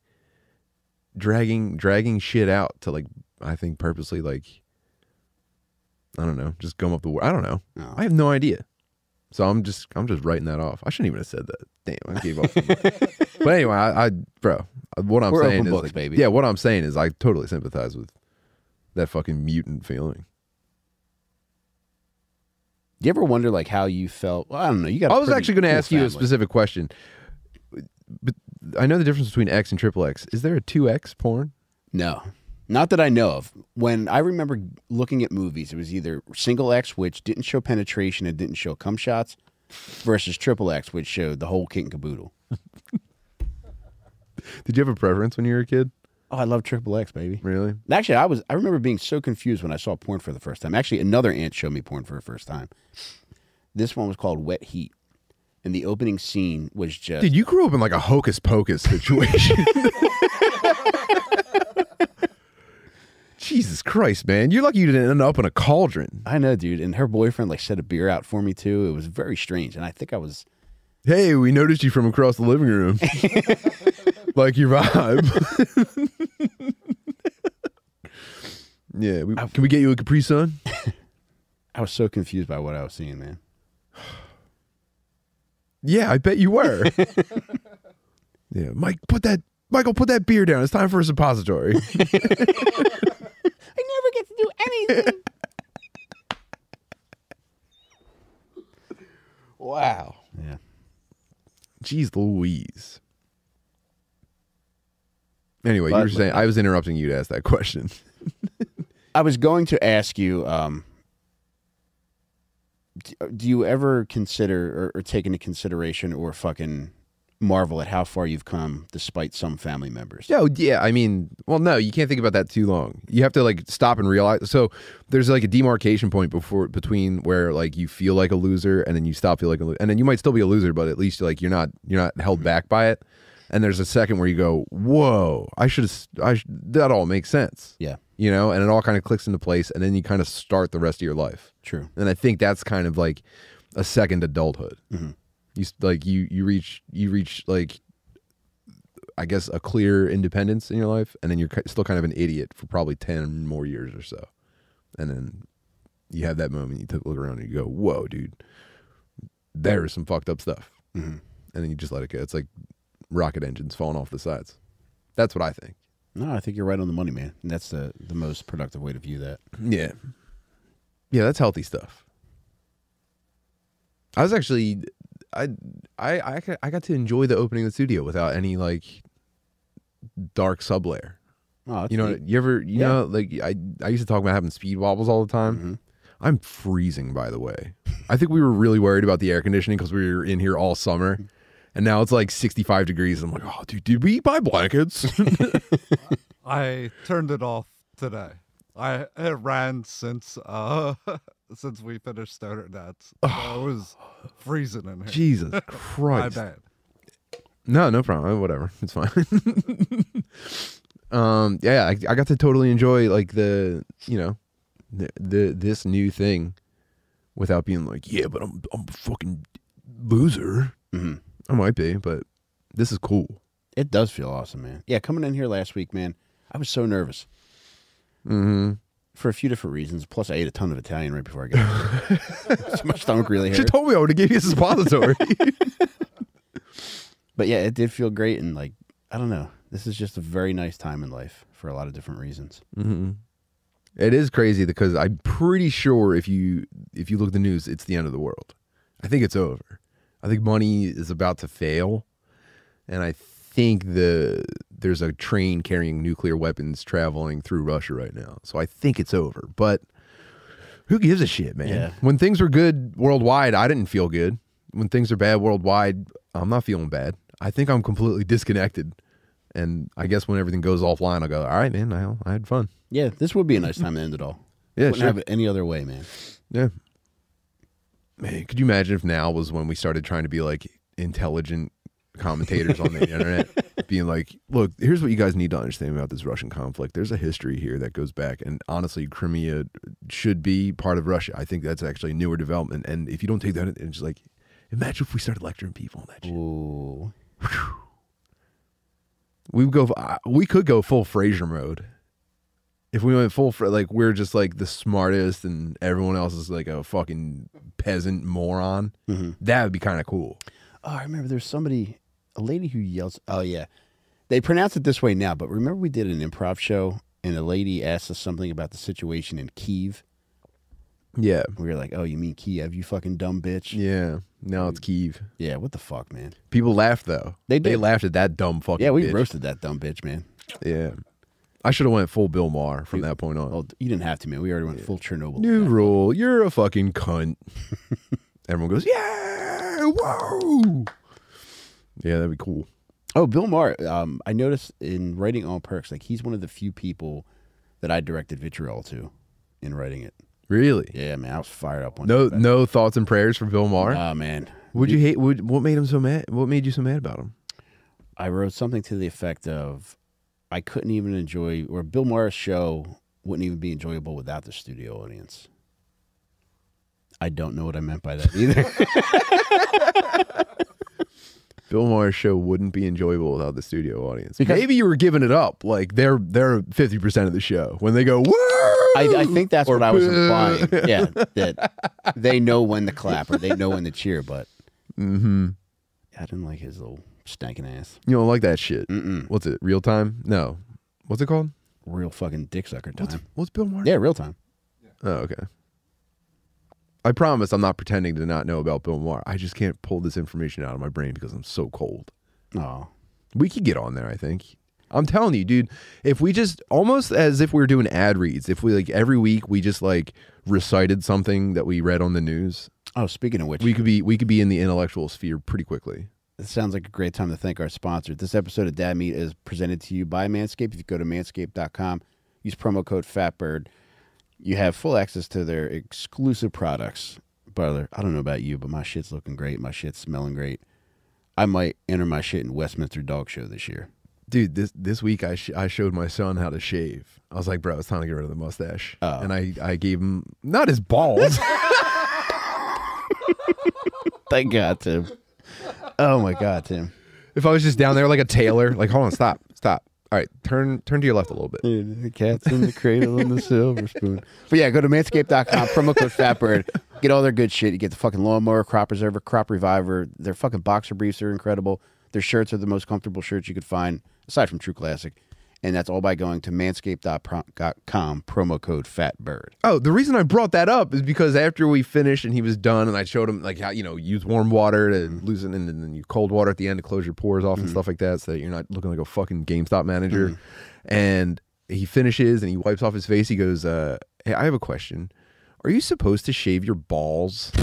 Speaker 2: dragging dragging shit out to like I think purposely like I don't know, just gum up the word. I don't know.
Speaker 1: No.
Speaker 2: I have no idea. So I'm just I'm just writing that off. I shouldn't even have said that. Damn, I gave up. on that. but anyway, I, I bro, what I'm
Speaker 1: We're
Speaker 2: saying
Speaker 1: open
Speaker 2: is
Speaker 1: books,
Speaker 2: like-
Speaker 1: baby.
Speaker 2: yeah, what I'm saying is I totally sympathize with that fucking mutant feeling.
Speaker 1: Do you ever wonder like how you felt? Well, I don't know. You got. a
Speaker 2: I was
Speaker 1: pretty
Speaker 2: actually going to
Speaker 1: cool
Speaker 2: ask you a
Speaker 1: family.
Speaker 2: specific question. But I know the difference between X and triple X. Is there a 2X porn?
Speaker 1: No, not that I know of. When I remember looking at movies, it was either single X, which didn't show penetration and didn't show cum shots, versus triple X, which showed the whole kit and caboodle.
Speaker 2: Did you have a preference when you were a kid?
Speaker 1: Oh, I love triple X, baby.
Speaker 2: Really?
Speaker 1: Actually, I was. I remember being so confused when I saw porn for the first time. Actually, another aunt showed me porn for the first time. This one was called Wet Heat, and the opening scene was just.
Speaker 2: Dude, you grew up in like a hocus pocus situation. Jesus Christ, man. You're lucky you didn't end up in a cauldron.
Speaker 1: I know, dude. And her boyfriend like set a beer out for me too. It was very strange, and I think I was.
Speaker 2: Hey, we noticed you from across the living room. like your vibe. yeah. We, can we get you a Capri Sun?
Speaker 1: I was so confused by what I was seeing, man.
Speaker 2: Yeah, I bet you were. yeah, Mike, put that Michael, put that beer down. It's time for a suppository.
Speaker 1: I never get to do anything.
Speaker 2: wow.
Speaker 1: yeah.
Speaker 2: Jeez Louise. Anyway, you
Speaker 1: But-
Speaker 2: were saying I was interrupting you to ask that question.
Speaker 1: I was going to ask you, um, d- uh, do you ever consider or, or take into consideration or fucking marvel at how far you've come despite some family members?
Speaker 2: No, yeah, I mean, well, no, you can't think about that too long. You have to like stop and realize. So there's like a demarcation point before between where like you feel like a loser and then you stop feeling like a loser, and then you might still be a loser, but at least like you're not you're not held back by it. And there's a second where you go, "Whoa, I should have. I sh- that all makes sense."
Speaker 1: Yeah.
Speaker 2: you know, and it all kind of clicks into place, and then you kind of start the rest of your life.
Speaker 1: True.
Speaker 2: And I think that's kind of like a second adulthood. You s- like you you reach you reach like I guess a clear independence in your life, and then you're ki- still kind of an idiot for probably ten more years or so, and then you have that moment you t- look around and you go, "Whoa, dude, there is some fucked up stuff,"
Speaker 1: Mhm.
Speaker 2: and then you just let it go. It's like rocket engines falling off the sides. That's what I think.
Speaker 1: No, I think you're right on the money, man. And that's the, the most productive way to view that.
Speaker 2: Yeah. Yeah, that's healthy stuff. I was actually I I I ca- I got to enjoy the opening of the studio without any like dark sublayer.
Speaker 1: Oh, that's
Speaker 2: You know,
Speaker 1: neat.
Speaker 2: you ever you
Speaker 1: Yeah.
Speaker 2: know like I I used to talk about having speed wobbles all the time.
Speaker 1: Mhm.
Speaker 2: I'm freezing by the way. I think we were really worried about the air conditioning cuz we were in here all summer. And now it's like 65 degrees. I'm like, "Oh, dude, did we buy blankets?"
Speaker 3: I turned it off today. I it ran since uh since we finished Stoner Nuts. So it was freezing in here.
Speaker 2: Jesus
Speaker 3: I
Speaker 2: Christ.
Speaker 3: bet.
Speaker 2: No, no problem. Uh, Whatever, it's fine. um, yeah, I, I got to totally enjoy like the you know the, the this new thing without being like, yeah, but I'm I'm a fucking loser.
Speaker 1: Mhm.
Speaker 2: I might be, but this is cool.
Speaker 1: It does feel awesome, man. Yeah, coming in here last week, man, I was so nervous
Speaker 2: Mm-hmm.
Speaker 1: for a few different reasons. Plus, I ate a ton of Italian right before I got here. so my stomach really
Speaker 2: She
Speaker 1: hurt.
Speaker 2: told me I would have gave you a suppository.
Speaker 1: But yeah, it did feel great. And like, I don't know. This is just a very nice time in life for a lot of different reasons.
Speaker 2: Mhm. It is crazy because I'm pretty sure if you if you look at the news, it's the end of the world. I think it's over. I think money is about to fail, and I think the there's a train carrying nuclear weapons traveling through Russia right now. So I think it's over. But who gives a shit, man?
Speaker 1: Yeah.
Speaker 2: When things were good worldwide, I didn't feel good. When things are bad worldwide, I'm not feeling bad. I think I'm completely disconnected. And I guess when everything goes offline, I'll go, all right, man, I, I had fun.
Speaker 1: Yeah, this would be a nice time to end it all.
Speaker 2: Yeah,
Speaker 1: Wouldn't
Speaker 2: sure.
Speaker 1: have it any other way, man.
Speaker 2: Yeah. Man, could you imagine if now was when we started trying to be like intelligent commentators on the internet, being like, look, here's what you guys need to understand about this Russian conflict. There's a history here that goes back, and honestly, Crimea should be part of Russia. I think that's actually a newer development. And if you don't take that, it's just like, imagine if we started lecturing people on that. Shit.
Speaker 1: Ooh.
Speaker 2: We would go, uh, we could go full Fraser mode. If we went full, Fra- like we're just like the smartest, and everyone else is like a fucking peasant moron.
Speaker 1: Mhm.
Speaker 2: That would be kind of cool.
Speaker 1: Oh, I remember there's somebody, a lady who yells. Oh yeah, they pronounce it this way now. But remember, we did an improv show, and a lady asked us something about the situation in Kiev.
Speaker 2: Yeah,
Speaker 1: We were like, "Oh, you mean Kiev? You fucking dumb bitch." Yeah,
Speaker 2: yeah. Now it's Kiev.
Speaker 1: what the fuck, man?
Speaker 2: People laughed though.
Speaker 1: They did.
Speaker 2: laughed at that dumb fucking.
Speaker 1: Yeah, we
Speaker 2: bitch.
Speaker 1: roasted that dumb bitch, man.
Speaker 2: Yeah, I should have went full Bill Maher from that point on.
Speaker 1: Well, you didn't have to, man. We already went full Chernobyl.
Speaker 2: New rule: you're a fucking cunt. Everyone goes, yeah, whoa. Yeah, that'd be cool.
Speaker 1: Oh, Bill Maher. Um, I noticed in writing all perks, like he's one of the few people that I directed vitriol to in writing it.
Speaker 2: Really?
Speaker 1: Yeah, man, I was fired up. One
Speaker 2: No, no thoughts and prayers for Bill Maher.
Speaker 1: Oh man,
Speaker 2: would you hate? Would what made him so mad? What made you so mad about him?
Speaker 1: I wrote something to the effect of, I couldn't even enjoy, or Bill Maher's show wouldn't even be enjoyable without the studio audience. I don't know what I meant by that either.
Speaker 2: Bill Maher's show wouldn't be enjoyable without the studio audience. Maybe you were giving it up. Like they're they're fifty percent of the show when they go woo.
Speaker 1: I, I think that's
Speaker 2: Or
Speaker 1: what I was
Speaker 2: boo.
Speaker 1: implying. Yeah, that they know when to clap or they know when to cheer, but
Speaker 2: Mm-hmm.
Speaker 1: I didn't like his little stankin' ass.
Speaker 2: You don't like that shit.
Speaker 1: Mm-mm.
Speaker 2: What's it? Real time? No. What's it called?
Speaker 1: Real fucking dick sucker
Speaker 2: What's
Speaker 1: time.
Speaker 2: What's Bill Maher?
Speaker 1: Yeah, real time.
Speaker 2: Oh, okay. I promise I'm not pretending to not know about Bill Maher. I just can't pull this information out of my brain because I'm so cold.
Speaker 1: Oh,
Speaker 2: We could get on there, I think. I'm telling you, dude, if we just almost as if we were doing ad reads, if we like every week we just like recited something that we read on the news,
Speaker 1: oh. Speaking of which,
Speaker 2: we could be we could be in the intellectual sphere pretty quickly.
Speaker 1: This sounds like a great time to thank our sponsor. This episode of Dad Meat is presented to you by Manscaped. If you go to manscaped.com, use promo code FATBIRD, you have full access to their exclusive products. Brother, I don't know about you, but my shit's looking great. My shit's smelling great. I might enter my shit in Westminster Dog Show this year.
Speaker 2: Dude, this this week I sh- I showed my son how to shave. I was like, bro, it's time to get rid of the mustache,
Speaker 1: Oh.
Speaker 2: and I I gave him not his balls.
Speaker 1: Thank God, Tim. Oh my God, Tim.
Speaker 2: if I was just down there like a tailor, like hold on, stop, stop. All right, turn turn to your left a little bit.
Speaker 1: The cat's in the cradle and the silver spoon. But yeah, go to manscaped.com, promo code FATBIRD. Get all their good shit. You get the fucking lawnmower, crop preserver, crop reviver. Their fucking boxer briefs are incredible. Their shirts are the most comfortable shirts you could find, aside from True Classic. And that's all by going to manscaped.com, promo code FATBIRD.
Speaker 2: Oh, the reason I brought that up is because after we finished and he was done, and I showed him like how you know use warm water to loosen, and then you cold water at the end to close your pores off and stuff like that, so that you're not looking like a fucking GameStop manager. And he finishes and he wipes off his face. He goes, uh, "Hey, I have a question. Are you supposed to shave your balls?"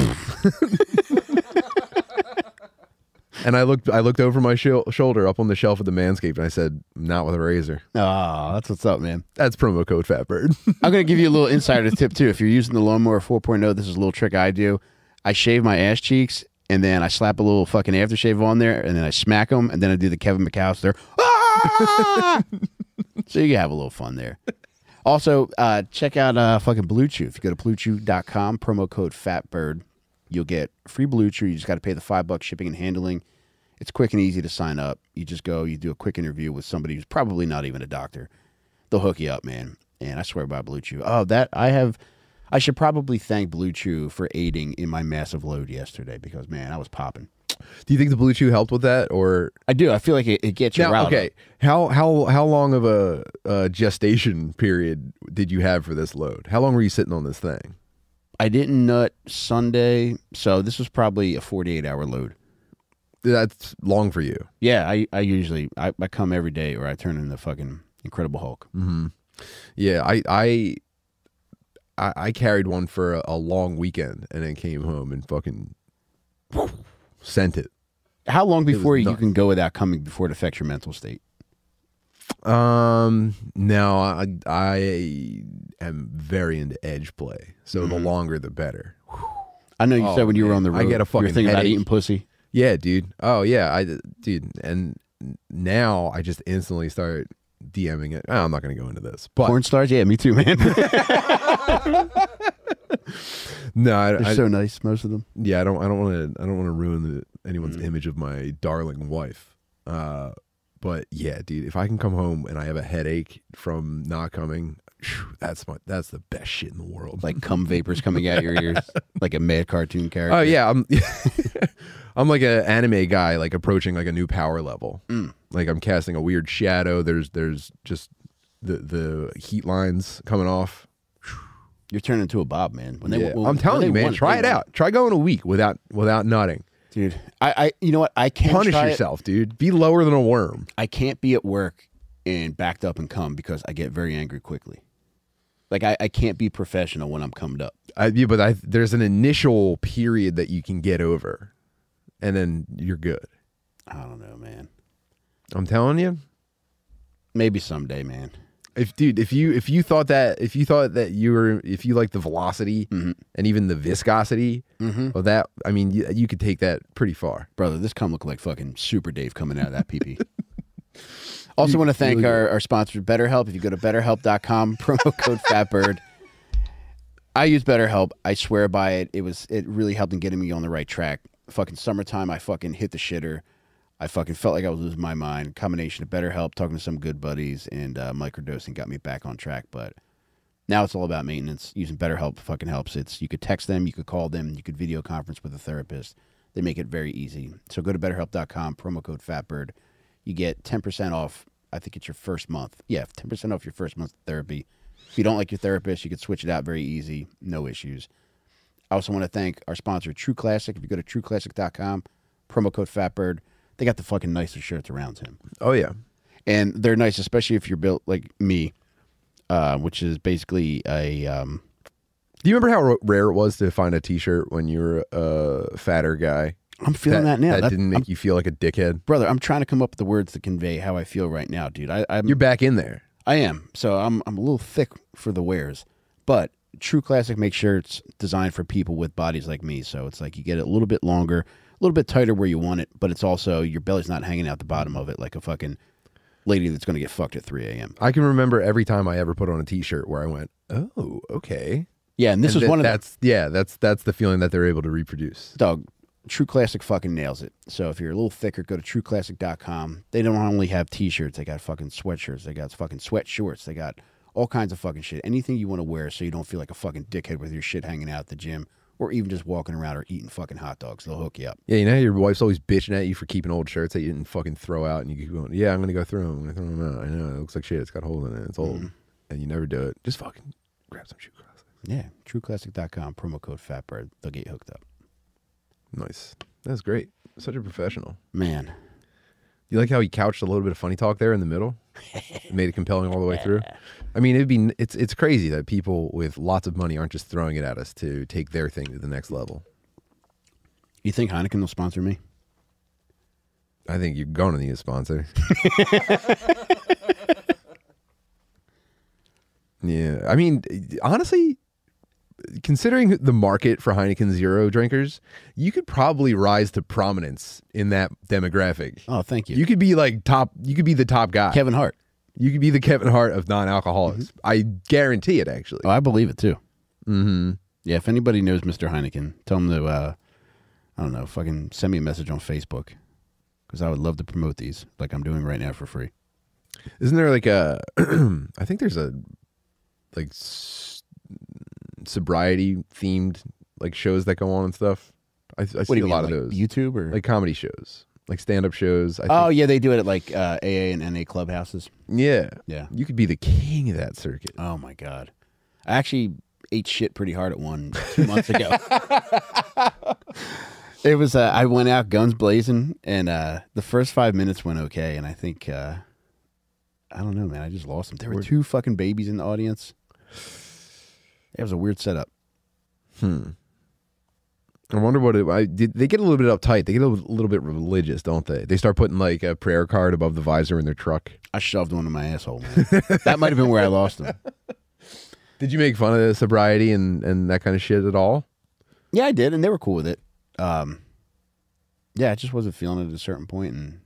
Speaker 2: and I looked I looked over my shil- shoulder up on the shelf at the Manscaped and I said, "Not with a razor."
Speaker 1: Oh, that's what's up, man.
Speaker 2: That's promo code Fatbird.
Speaker 1: I'm going to give you a little insider tip too. If you're using the lawnmower 4.0, this is a little trick I do. I shave my ass cheeks and then I slap a little fucking aftershave on there and then I smack them and then I do the Kevin McAllister. Ah! so you can have a little fun there. Also, uh, check out uh, fucking Blue Chew. If you go to bluechew.com, promo code FATBIRD, you'll get free Blue Chew. You just got to pay the five bucks shipping and handling. It's quick and easy to sign up. You just go, you do a quick interview with somebody who's probably not even a doctor they'll hook you up, man. And I swear by Blue Chew. Oh, that I have. I should probably thank Blue Chew for aiding in my massive load yesterday because man, I was popping.
Speaker 2: Do you think the Blue Chew helped with that, or
Speaker 1: I do. I feel like it, it gets you
Speaker 2: Now,
Speaker 1: riled
Speaker 2: okay?
Speaker 1: up.
Speaker 2: How how how long of a, uh gestation period did you have for this load? How long were you sitting on this thing?
Speaker 1: I didn't nut Sunday, so this was probably a forty-eight hour load.
Speaker 2: That's long for you.
Speaker 1: Yeah, I, I usually I, I come every day or I turn into fucking Incredible Hulk.
Speaker 2: hmm Yeah, I I I, I carried one for a, a long weekend and then came home and fucking sent it.
Speaker 1: How long before you
Speaker 2: nuts.
Speaker 1: can go without coming before it affects your mental state?
Speaker 2: Um, no, I I am very into edge play, so the longer the better.
Speaker 1: I know you
Speaker 2: Oh,
Speaker 1: said when you were
Speaker 2: man,
Speaker 1: on the
Speaker 2: I
Speaker 1: road,
Speaker 2: get a
Speaker 1: you
Speaker 2: fucking
Speaker 1: were thinking about
Speaker 2: headache.
Speaker 1: eating pussy.
Speaker 2: Yeah, dude. Oh yeah, I dude, and now I just instantly start DMing it. I'm not gonna go into this, but
Speaker 1: Porn stars, yeah, me too, man.
Speaker 2: no, I,
Speaker 1: They're
Speaker 2: I,
Speaker 1: so nice, most of them.
Speaker 2: yeah, I don't, I don't want to, I don't want to ruin the,
Speaker 1: Mm.
Speaker 2: anyone's image of my darling wife. Uh, but yeah, dude, if I can come home and I have a headache from not coming, phew, that's my, that's the best shit in the world.
Speaker 1: like cum vapors coming out your ears, like a mad cartoon character.
Speaker 2: Oh yeah, I'm I'm like an anime guy, like approaching like a new power level.
Speaker 1: Mm.
Speaker 2: Like I'm casting a weird shadow. There's there's just the the heat lines coming off.
Speaker 1: You're turning into a Bob man. When
Speaker 2: Yeah,
Speaker 1: when-
Speaker 2: I'm telling
Speaker 1: when
Speaker 2: you,
Speaker 1: they
Speaker 2: man,
Speaker 1: want
Speaker 2: try
Speaker 1: they
Speaker 2: it out. Try going a week without without nutting.
Speaker 1: want- dude. I, I, you know what? I can't
Speaker 2: Punish
Speaker 1: try it.
Speaker 2: yourself, dude. Be lower than a worm.
Speaker 1: I can't be at work and backed up and cum because I get very angry quickly. Like I, I can't be professional when I'm cummed up.
Speaker 2: I, yeah, but I, there's an initial period that you can get over, and then you're good.
Speaker 1: I don't know, man.
Speaker 2: I'm telling you,
Speaker 1: Maybe someday, man.
Speaker 2: if dude, if you if you thought that if you thought that you were if you like the velocity and even the viscosity
Speaker 1: Mm-hmm.
Speaker 2: Well, that I mean, you, you could take that pretty far.
Speaker 1: Brother, this cum looked like fucking Super Dave coming out of that PP. also, want to thank our, our sponsor, BetterHelp. If you go to betterhelp.com, promo code FatBird. I use BetterHelp. I swear by it. It was it really helped in getting me on the right track. Fucking summertime, I fucking hit the shitter. I fucking felt like I was losing my mind. Combination of BetterHelp, talking to some good buddies, and uh, microdosing got me back on track. But now it's all about maintenance. Using BetterHelp fucking helps. It's you could text them, you could call them, you could video conference with a therapist. They make it very easy. So go to betterhelp.com, promo code fatbird. You get 10% off. I think it's your first month. Yeah, 10% off your first month of therapy. If you don't like your therapist, you could switch it out very easy, no issues. I also want to thank our sponsor, True Classic. If you go to trueclassic.com, promo code fatbird, they got the fucking nicest shirts around him
Speaker 2: Oh yeah,
Speaker 1: and they're nice, especially if you're built like me, uh, which is basically a um,
Speaker 2: do you remember how r- rare it was to find a T-shirt when you were a fatter guy?
Speaker 1: I'm feeling that, now,
Speaker 2: That,
Speaker 1: That- Mm.
Speaker 2: didn't make you feel like a dickhead.
Speaker 1: brother. I'm trying to come up with the words to convey how I feel right now, dude. I I'm,
Speaker 2: You're back in there.
Speaker 1: I am so I'm I'm a little thick for the wears, but True Classic makes shirts designed for people with bodies like me. So it's like you get it a little bit longer, a little bit tighter where you want it, but it's also your belly's not hanging out the bottom of it like a fucking lady that's gonna get fucked at 3 a.m.
Speaker 2: I can remember every time I ever put on a T-shirt where I went, "Oh, okay."
Speaker 1: Yeah, and this
Speaker 2: And
Speaker 1: is
Speaker 2: that-
Speaker 1: one of the
Speaker 2: that's yeah, that's that's the feeling that they're able to reproduce.
Speaker 1: Dog, True Classic fucking nails it. So if you're a little thicker, go to trueclassic.com. They don't only have t-shirts, they got fucking sweatshirts, they got fucking sweat shorts, they got all kinds of fucking shit. Anything you want to wear so you don't feel like a fucking dickhead with your shit hanging out at the gym or even just walking around or eating fucking hot dogs. They'll hook you up.
Speaker 2: Yeah, you know how your wife's always bitching at you for keeping old shirts that you didn't fucking throw out, and you keep going, "Yeah, I'm gonna go through them. I'm gonna throw them out. I know it looks like shit. It's got holes in it. It's old, and you never do it. Just fucking grab some shoe cross.
Speaker 1: Yeah, trueclassic.com, promo code fatbird. They'll get you hooked up.
Speaker 2: Nice. That's great. Such a professional."
Speaker 1: Man,
Speaker 2: You like how he couched a little bit of funny talk there in the middle? It made it compelling all the way through. I mean, it'd be it's it's crazy that people with lots of money aren't just throwing it at us to take their thing to the next level.
Speaker 1: you think Heineken will sponsor me?
Speaker 2: I think you're gonna need a sponsor. yeah, I mean, honestly, considering the market for Heineken Zero drinkers, you could probably rise to prominence in that demographic.
Speaker 1: Oh, thank you.
Speaker 2: You could be like top. You could be the top guy.
Speaker 1: Kevin Hart.
Speaker 2: You could be the Kevin Hart of non-alcoholics. I guarantee it. Actually,
Speaker 1: Oh, I believe it too.
Speaker 2: mm-hmm.
Speaker 1: Yeah, if anybody knows Mr. Heineken, tell him to, uh, I don't know, fucking send me a message on Facebook because I would love to promote these like I'm doing right now for free.
Speaker 2: Isn't there like a? I think there's a like s- sobriety themed like shows that go on and stuff. I, I see a lot of those,
Speaker 1: YouTube or?
Speaker 2: like comedy shows, like stand up shows. I
Speaker 1: oh,
Speaker 2: think,
Speaker 1: yeah, they do it at like uh, AA and NA clubhouses.
Speaker 2: yeah,
Speaker 1: Yeah.
Speaker 2: You could be the king of that circuit.
Speaker 1: Oh, my God. I actually ate shit pretty hard at one two months ago. it was, uh, I went out guns blazing and uh, the first five minutes went okay. And I think, uh, I don't know, man, I just lost them. There were two fucking babies in the audience. It was a weird setup.
Speaker 2: Hmm. I wonder what it, I did. They get a little bit uptight. They get a little, little bit religious, don't they? They start putting like a prayer card above the visor in their truck.
Speaker 1: I shoved one in my asshole, man. that might have been where I lost them.
Speaker 2: Did you make fun of the sobriety and and that kind of shit at all?
Speaker 1: Yeah, I did, and they were cool with it. Um, yeah, I just wasn't feeling it at a certain point, and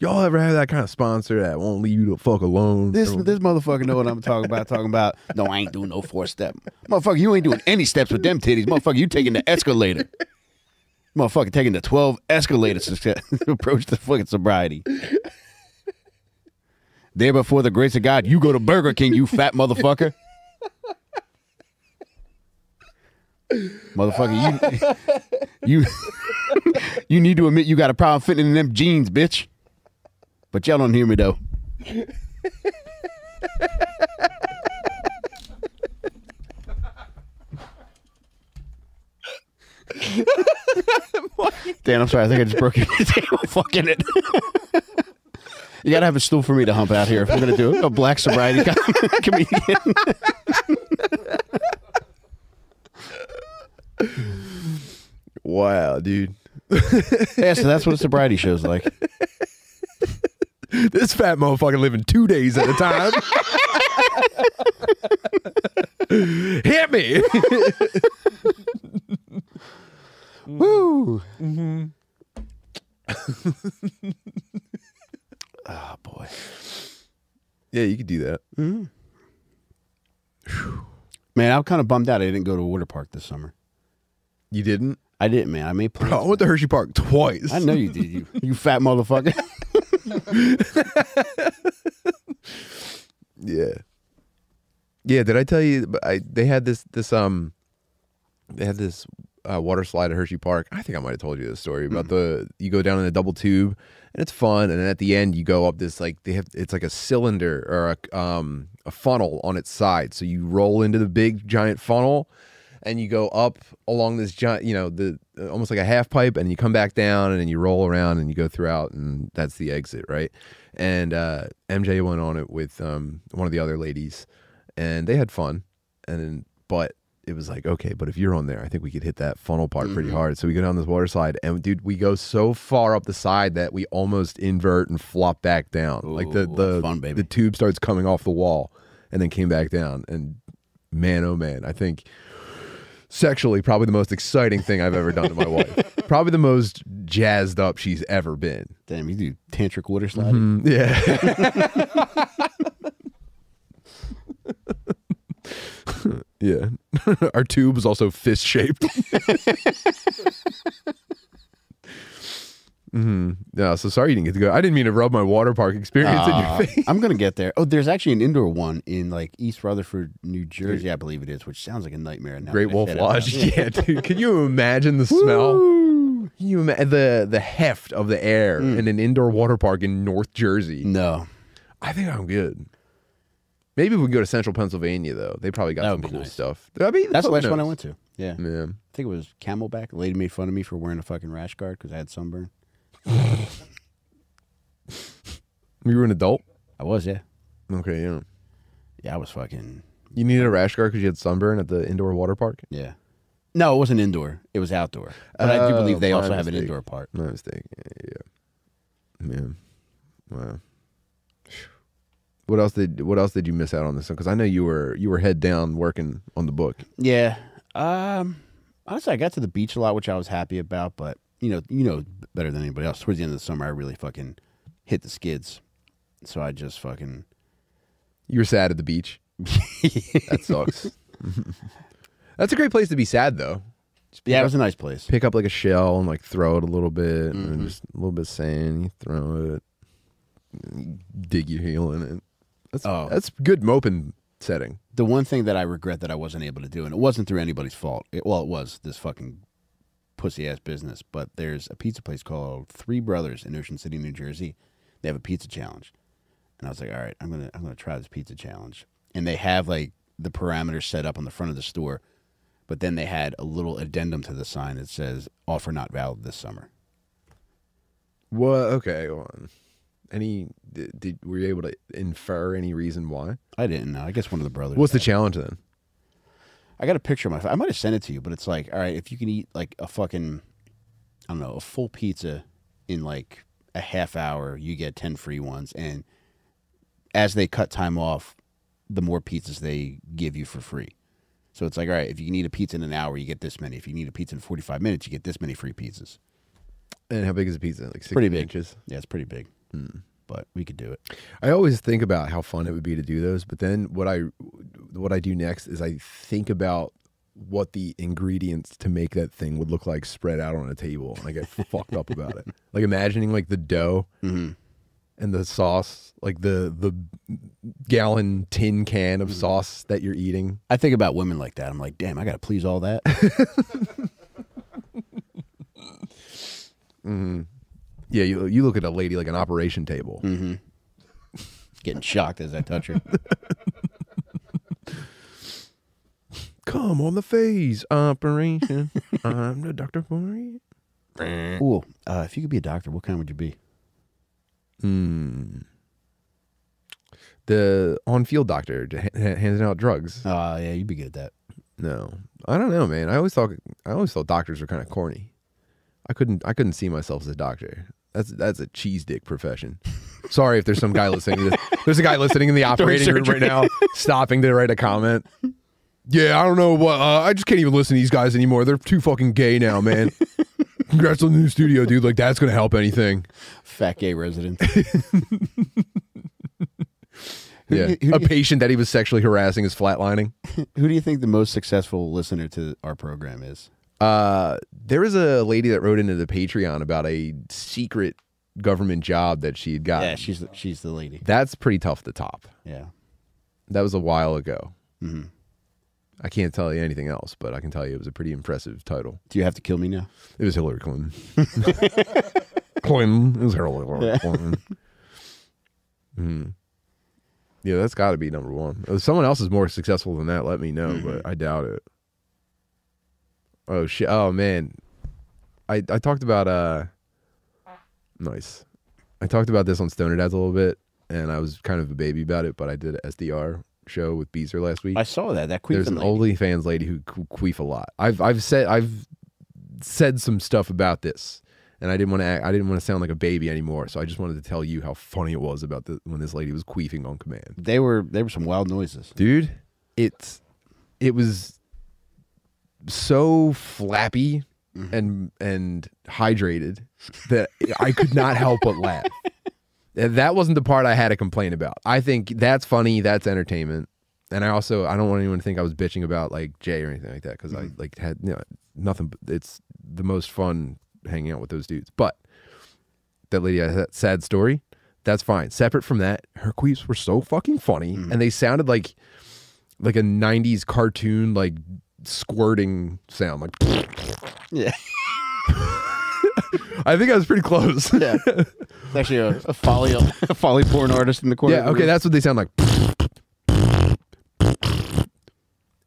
Speaker 2: Y'all ever have that kind of sponsor that won't leave you the fuck alone?
Speaker 1: this this motherfucker know what I'm talking about. Talking about no, I ain't doing no four step, motherfucker. You ain't doing any steps with them titties, motherfucker. You taking the escalator, motherfucker. Taking the twelve escalators to step- to approach the fucking sobriety. There before the grace of God, you go to Burger King, you fat motherfucker. Motherfucker, you you you need to admit you got a problem fitting in them jeans, bitch. But y'all don't hear me though. Dan, I'm sorry. I think I just broke your table. Fucking it. you gotta have a stool for me to hump out here if we're gonna do a black sobriety com- comedian.
Speaker 2: Wow, dude.
Speaker 1: yeah, so that's what a sobriety show's like.
Speaker 2: This fat motherfucker living two days at a time. Hit me.
Speaker 1: Woo. oh boy.
Speaker 2: yeah, you could do that.
Speaker 1: Man, I'm kind of bummed out. I didn't go to water park this summer.
Speaker 2: You didn't?
Speaker 1: I didn't, man. I made plans.
Speaker 2: Bro, Oh, I went to Hershey Park twice.
Speaker 1: I know you did. You, you fat motherfucker.
Speaker 2: Yeah. Yeah, did I tell you but I they had this this um they had this uh, water slide at Hershey Park. I think I might have told you this story about the you go down in a double tube and it's fun and then at the end you go up this like they have it's like a cylinder or a um a funnel on its side. So you roll into the big giant funnel and you go up along this giant, you know, the almost like a half pipe, and you come back down, and then you roll around, and you go throughout, and that's the exit, right? And uh, MJ went on it with um, one of the other ladies, and they had fun, and then, but it was like, okay, but if you're on there, I think we could hit that funnel part pretty
Speaker 1: Mm-hmm.
Speaker 2: hard. So we go down this water slide, and dude, we go so far up the side that we almost invert and flop back down, like the
Speaker 1: Ooh,
Speaker 2: the
Speaker 1: fun, baby.
Speaker 2: the tube starts coming off the wall, and then came back down, and man, oh man, I think sexually probably the most exciting thing I've ever done to my wife. Probably the most jazzed up she's ever been.
Speaker 1: Damn, you do tantric water sliding.
Speaker 2: Mm, yeah. yeah. Our tube is also fist shaped. hmm Yeah, so sorry you didn't get to go. I didn't mean to rub my water park experience in your face.
Speaker 1: I'm gonna get there. Oh, there's actually an indoor one in like East Rutherford, New Jersey, I believe it is, which sounds like a nightmare. Now
Speaker 2: Great
Speaker 1: that I
Speaker 2: Wolf
Speaker 1: said it out
Speaker 2: Lodge.
Speaker 1: loud.
Speaker 2: Yeah, dude. Can you imagine the smell? Can you ima- the the heft of the air
Speaker 1: Mm.
Speaker 2: in an indoor water park in North Jersey?
Speaker 1: No,
Speaker 2: I think I'm good. Maybe we can go to Central Pennsylvania though. They probably got
Speaker 1: That
Speaker 2: some
Speaker 1: would be
Speaker 2: cool
Speaker 1: nice.
Speaker 2: stuff. I mean,
Speaker 1: that's the
Speaker 2: who
Speaker 1: last one I
Speaker 2: knows?
Speaker 1: went to. Yeah,
Speaker 2: Yeah.
Speaker 1: I think it was Camelback. A lady made fun of me for wearing a fucking rash guard because I had sunburn.
Speaker 2: You were an adult.
Speaker 1: I was, yeah,
Speaker 2: Okay. Yeah.
Speaker 1: yeah, I was fucking,
Speaker 2: You needed a rash guard because you had sunburn at the indoor water park.
Speaker 1: yeah. No, it wasn't indoor. It was outdoor. But I do
Speaker 2: Oh,
Speaker 1: believe they
Speaker 2: my
Speaker 1: also have an
Speaker 2: mistake.
Speaker 1: indoor part.
Speaker 2: No mistake. Yeah. yeah, Man, wow. What else did What else did you miss out on this one? Because I know you were you were head down working on the book.
Speaker 1: Yeah. Um. Honestly, I got to the beach a lot, which I was happy about. But you know, you know better than anybody else. Towards the end of the summer, I really fucking hit the skids. So I just fucking
Speaker 2: You were sad at the beach. That sucks. That's a great place to be sad though. Just pick
Speaker 1: yeah, it
Speaker 2: up-
Speaker 1: was a nice place.
Speaker 2: pick up like a shell and like throw it a little bit and then just a little bit of sand, you throw it, dig your heel in it. That's
Speaker 1: Oh.
Speaker 2: that's good moping setting.
Speaker 1: The one thing that I regret that I wasn't able to do, and it wasn't through anybody's fault. It, well, it was this fucking pussy ass business. But there's a pizza place called Three Brothers in Ocean City, New Jersey. They have a pizza challenge, and I was like, all right, I'm gonna I'm gonna try this pizza challenge. And they have like the parameters set up on the front of the store, but then they had a little addendum to the sign that says offer not valid this summer.
Speaker 2: What? Okay. Well, any did, did were you able to infer any reason why? Uh,
Speaker 1: I didn't know. I guess one of the brothers.
Speaker 2: What's the
Speaker 1: had it.
Speaker 2: challenge then?
Speaker 1: I got a picture of my. I might have sent it to you, but it's like, all right, if you can eat like a fucking, I don't know, a full pizza in like a half hour, you get ten free ones, and as they cut time off, the more pizzas they give you for free. So it's like, all right, if you need a pizza in an hour, you get this many. If you need a pizza in forty-five minutes, you get this many free pizzas.
Speaker 2: And how big is a pizza? Like six
Speaker 1: Pretty big.
Speaker 2: inches.
Speaker 1: Yeah, it's pretty big, but we could do it.
Speaker 2: I always think about how fun it would be to do those, but then what I what I do next is I think about what the ingredients to make that thing would look like spread out on a table, and I get fucked up about it. Like imagining like the dough and the sauce, like the the gallon tin can of sauce that you're eating.
Speaker 1: I think about women like that. I'm like, damn, I gotta please all that.
Speaker 2: Yeah, you you look at a lady like an operation table.
Speaker 1: Getting shocked as I touch her.
Speaker 2: Come on the face operation. I'm the doctor for you.
Speaker 1: Cool. Uh, if you could be a doctor, what kind would you be?
Speaker 2: The on-field doctor j- ha- handing out drugs.
Speaker 1: Uh, yeah, you'd be good at that.
Speaker 2: No, I don't know, man. I always thought I always thought doctors were kind of corny. I couldn't I couldn't see myself as a doctor. That's that's a cheese dick profession. Sorry if there's some guy listening. To this. There's a guy listening in the operating room right now, stopping to write a comment. Yeah, I don't know what. Uh, I just can't even listen to these guys anymore. They're too fucking gay now, man. Congrats on the new studio, dude. Like that's gonna help anything.
Speaker 1: fat gay resident. Who
Speaker 2: Yeah,
Speaker 1: do you- who
Speaker 2: a
Speaker 1: do you-
Speaker 2: patient that he was sexually harassing is flatlining.
Speaker 1: Who do you think the most successful listener to our program is?
Speaker 2: Uh, there was a lady that wrote into the Patreon about a secret government job that she had gotten.
Speaker 1: Yeah, Uh, she's the, she's the lady.
Speaker 2: That's pretty tough to top.
Speaker 1: Yeah.
Speaker 2: That was a while ago.
Speaker 1: Mhm.
Speaker 2: I can't tell you anything else, but I can tell you it was a pretty impressive title.
Speaker 1: Do you have to kill me now?
Speaker 2: It was Hillary Clinton. Clinton. It was Hillary Clinton. Mhm. Yeah, that's got to be number one. If someone else is more successful than that, let me know, but I doubt it. Oh shit! Oh man, I I talked about uh, nice. I talked about this on Stoner Dads a little bit, and I was kind of a baby about it, but I did a SDR show with Beezer last week
Speaker 1: I saw that. That
Speaker 2: there's an
Speaker 1: queefing lady.
Speaker 2: OnlyFans lady who qu- queef a lot. I've I've said I've said some stuff about this, and I didn't want to act, I didn't want to sound like a baby anymore. So I just wanted to tell you how funny it was about the, when this lady was queefing on command,
Speaker 1: They were they were some wild noises.
Speaker 2: dude. It's it was so flappy and and hydrated that I could not help but laugh. And That wasn't the part I had a complaint about. I think that's funny. That's entertainment. And I also I don't want anyone to think I was bitching about like Jay or anything like that because I like had you know, nothing. but- It's the most fun hanging out with those dudes. But that lady had that sad story. That's fine. Separate from that, her queefs were so fucking funny, and they sounded like like a '90s cartoon like squirting sound like
Speaker 1: Yeah.
Speaker 2: I think I was pretty close.
Speaker 1: Yeah. It's actually a, a folly a folly porn artist in the corner.
Speaker 2: yeah, okay, that's what they sound like.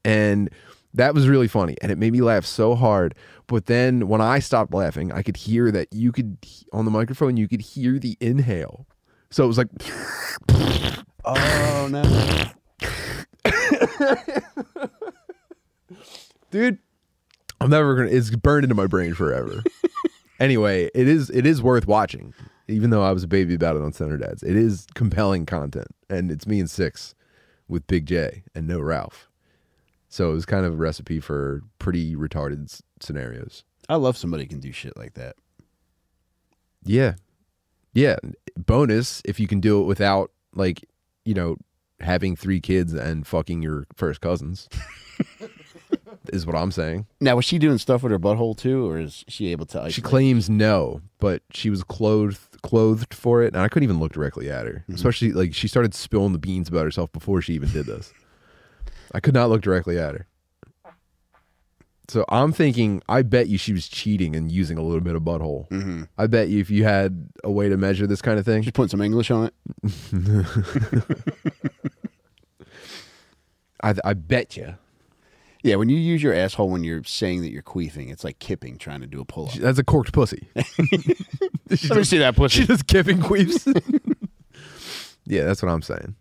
Speaker 2: And that was really funny and it made me laugh so hard. But then when I stopped laughing, I could hear that you could on the microphone you could hear the inhale. So it was like
Speaker 1: Oh no. Oh,
Speaker 2: dude i'm never gonna it's burned into my brain forever anyway it is it is worth watching even though I was a baby about it on Center Dads. It is compelling content, and it's me and Six with Big J and no Ralph. So it was kind of a recipe for pretty retarded s- scenarios.
Speaker 1: I love somebody who can do shit like that.
Speaker 2: Yeah. Yeah. Bonus if you can do it without, like, you know, having three kids and fucking your first cousins, is what I'm saying.
Speaker 1: Now, was she doing stuff with her butthole too, or is she able to?
Speaker 2: She
Speaker 1: isolate?
Speaker 2: claims no, but she was clothed clothed for it, and I couldn't even look directly at her. Especially like she started spilling the beans about herself before she even did this. I could not look directly at her. So I'm thinking, I bet you she was cheating and using a little bit of butthole. I bet you if you had a way to measure this kind of thing,
Speaker 1: She's putting some English on it.
Speaker 2: I, I bet you.
Speaker 1: Yeah, when you use your asshole when you're saying that you're queefing, it's like kipping trying to do a pull up.
Speaker 2: That's a corked pussy.
Speaker 1: Let me see that pussy.
Speaker 2: she just kipping queefs. yeah, that's what I'm saying.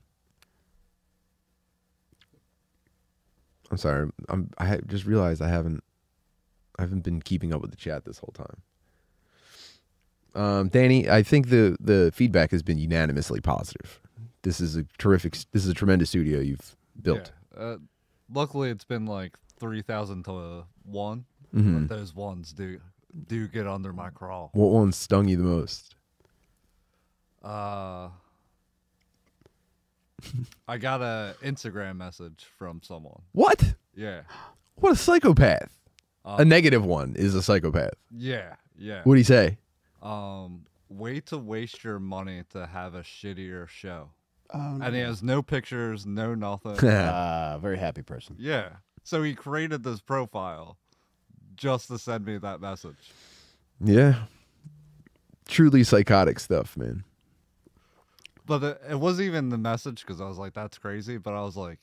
Speaker 2: I'm sorry. I'm. I ha- just realized I haven't. I haven't been keeping up with the chat this whole time. Um, Danny, I think the the feedback has been unanimously positive. This is a terrific. s- This is a tremendous studio you've built.
Speaker 3: Yeah. Uh, luckily, it's been like three thousand to one,
Speaker 2: Mhm.
Speaker 3: but those ones do do get under my crawl.
Speaker 2: What one stung you the most?
Speaker 3: Uh, I got a Instagram message from someone.
Speaker 2: What?
Speaker 3: Yeah,
Speaker 2: What a psychopath! a
Speaker 3: Um,
Speaker 2: negative one is a psychopath.
Speaker 3: yeah, yeah.
Speaker 2: What do you say?
Speaker 3: Um, way to waste your money to have a shittier show.
Speaker 1: Oh,
Speaker 3: And he has no pictures, no nothing.
Speaker 2: yeah,
Speaker 1: Ah, very happy person.
Speaker 3: yeah. So he created this profile just to send me that message.
Speaker 2: truly psychotic stuff, man.
Speaker 3: But it, it wasn't even the message because I was like, that's crazy. But I was like,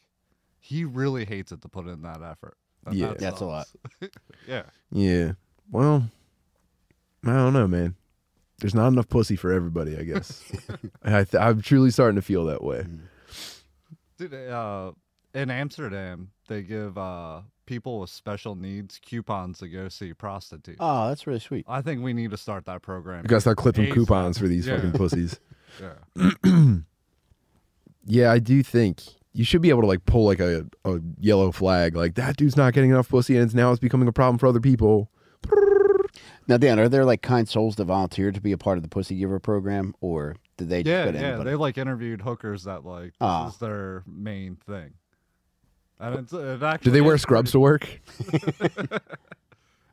Speaker 3: he really hates it to put in that effort. And
Speaker 2: Yeah.
Speaker 3: that
Speaker 1: That's a lot.
Speaker 3: sucks. yeah.
Speaker 2: Yeah. Well, I don't know, man. There's not enough pussy for everybody, I guess. I th- I'm truly starting to feel that way.
Speaker 3: Dude, uh, in Amsterdam, they give uh, people with special needs coupons to go see prostitutes.
Speaker 1: Oh, that's really sweet.
Speaker 3: I think we need to start that program.
Speaker 2: I gotta start clipping
Speaker 3: ASAP.
Speaker 2: coupons for these
Speaker 3: Yeah.
Speaker 2: fucking pussies.
Speaker 3: Yeah.
Speaker 2: Yeah, I do think you should be able to like pull like a, a yellow flag, like that dude's not getting enough pussy, and it's now it's becoming a problem for other people.
Speaker 1: Now, Dan, are there like kind souls that volunteer to be a part of the Pussy Giver program, or did they just
Speaker 3: Yeah,
Speaker 1: go to
Speaker 3: yeah.
Speaker 1: anybody?
Speaker 3: They like interviewed hookers that like this
Speaker 1: Ah.
Speaker 3: is their main thing. And it's, uh, it actually
Speaker 2: Do they wear
Speaker 3: is
Speaker 2: scrubs
Speaker 3: pretty-
Speaker 2: to work?
Speaker 3: It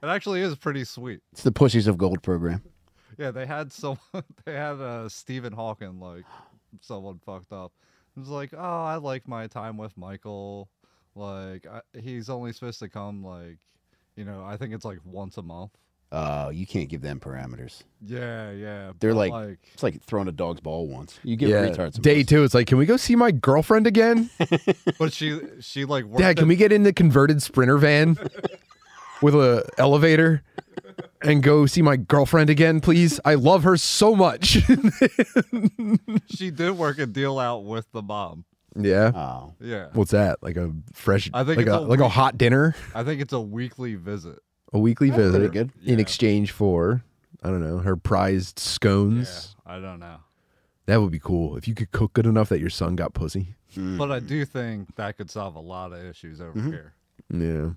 Speaker 3: actually is pretty sweet.
Speaker 1: It's the Pussies of Gold program.
Speaker 3: Yeah, they had some. They had uh, Stephen Hawking like someone fucked up. It was like, oh, I like my time with Michael. Like I, he's only supposed to come like, you know, I think it's like once a month.
Speaker 1: Oh, you can't give them parameters.
Speaker 3: Yeah, yeah.
Speaker 1: They're
Speaker 3: but,
Speaker 1: like- It's like throwing a dog's ball once. You give retards. some
Speaker 2: Day
Speaker 1: pussy.
Speaker 2: two, it's like, can we go see my girlfriend again?
Speaker 3: but she she like worked
Speaker 2: Dad,
Speaker 3: at-
Speaker 2: can we get in the converted sprinter van with a elevator and go see my girlfriend again, please? I love her so much.
Speaker 3: she did work a deal out with the mom.
Speaker 2: yeah.
Speaker 1: Oh,
Speaker 3: Yeah,
Speaker 2: What's that? Like a fresh
Speaker 3: I think
Speaker 2: like
Speaker 3: it's
Speaker 2: a,
Speaker 3: a
Speaker 2: like a
Speaker 3: week-
Speaker 2: hot dinner,
Speaker 3: I think it's a weekly visit.
Speaker 2: a weekly
Speaker 1: That's pretty
Speaker 2: visit
Speaker 1: good.
Speaker 2: in
Speaker 3: Yeah.
Speaker 2: exchange for I don't know, her prized
Speaker 3: Yeah,
Speaker 2: scones.
Speaker 3: I don't know.
Speaker 2: That would be cool if you could cook good enough that your son got pussy.
Speaker 3: But I do think that could solve a lot of issues over
Speaker 2: Mm-hmm.
Speaker 3: here.
Speaker 2: Yeah.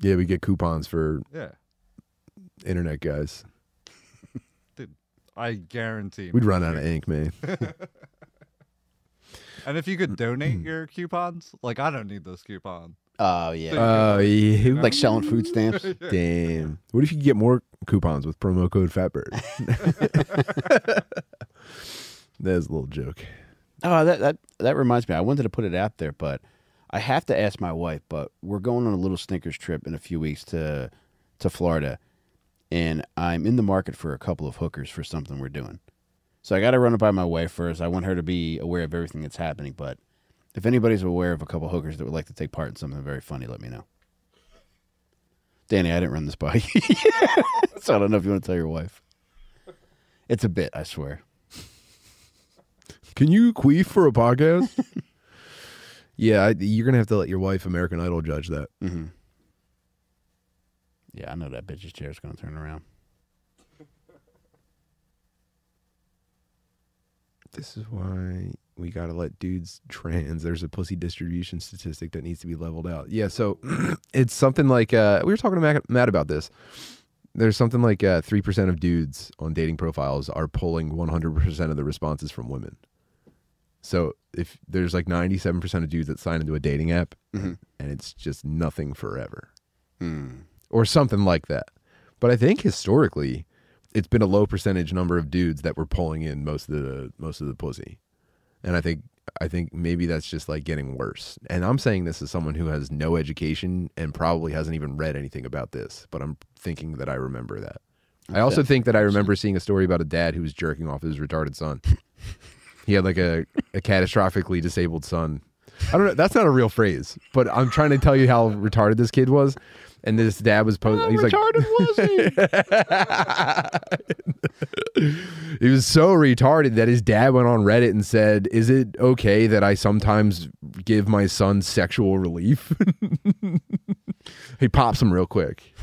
Speaker 2: Yeah, we get coupons for
Speaker 3: Yeah.
Speaker 2: internet guys.
Speaker 3: Dude, I guarantee.
Speaker 2: We'd run out of ink, man.
Speaker 3: And if you could
Speaker 2: Mm.
Speaker 3: donate your coupons, like I don't need this coupon.
Speaker 1: oh yeah.
Speaker 2: Oh, yeah.
Speaker 1: like selling food stamps.
Speaker 2: Damn. What if you could get more coupons with promo code Fatbird? that was a little joke.
Speaker 1: Oh, that that that reminds me. I wanted to put it out there, but I have to ask my wife. But we're going on a little Snickers trip in a few weeks to to Florida, and I'm in the market for a couple of hookers for something we're doing. So I got to run it by my wife first. I want her to be aware of everything that's happening. But if anybody's aware of a couple hookers that would like to take part in something very funny, let me know. Danny, I didn't run this by you, so I don't know if you want to tell your wife. It's a bit, I swear.
Speaker 2: Can you queef for a podcast? yeah, I, you're going to have to let your wife, American Idol, judge that.
Speaker 1: Yeah, I know that bitch's chair's gonna turn around.
Speaker 2: This is why we gotta let dudes trans. There's a pussy distribution statistic that needs to be leveled out. Yeah, so it's something like uh, we were talking to Mac- Matt about this. There's something like uh, three percent of dudes on dating profiles are pulling 100 percent of the responses from women. So if there's like 97 percent of dudes that sign into a dating app,
Speaker 1: Mhm.
Speaker 2: and it's just nothing forever
Speaker 1: Hmm.
Speaker 2: or something like that. But I think historically, it's been a low percentage number of dudes that were pulling in most of the most of the pussy, and I think I think maybe that's just like getting worse. And I'm saying this as someone who has no education and probably hasn't even read anything about this, but I'm thinking that I remember that. I also think that I remember seeing a story about a dad who was jerking off his retarded son. he had like a, a catastrophically disabled son. I don't know. That's not a real phrase, but I'm trying to tell you how retarded this kid was. And this dad was posting. He's like,
Speaker 1: retarded was he?
Speaker 2: he was so retarded that his dad went on Reddit and said, "Is it okay that I sometimes give my son sexual relief?" he pops him real quick.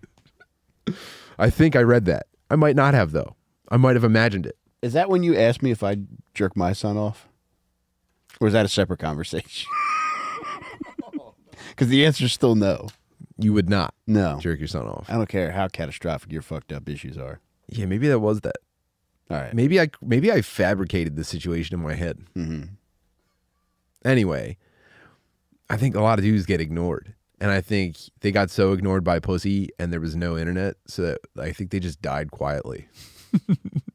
Speaker 2: I think I read that. I might not have though. I might have imagined it.
Speaker 1: Is that when you asked me if I jerk my son off? Or is that a separate conversation? Because the answer's still no.
Speaker 2: You would not
Speaker 1: No.
Speaker 2: jerk your son off.
Speaker 1: I don't care how catastrophic your fucked up issues are.
Speaker 2: Yeah, maybe that was that.
Speaker 1: All right.
Speaker 2: Maybe I maybe I fabricated the situation in my head.
Speaker 1: Mm-hmm.
Speaker 2: anyway, I think a lot of dudes get ignored. And I think they got so ignored by pussy and there was no internet. So that I think they just died quietly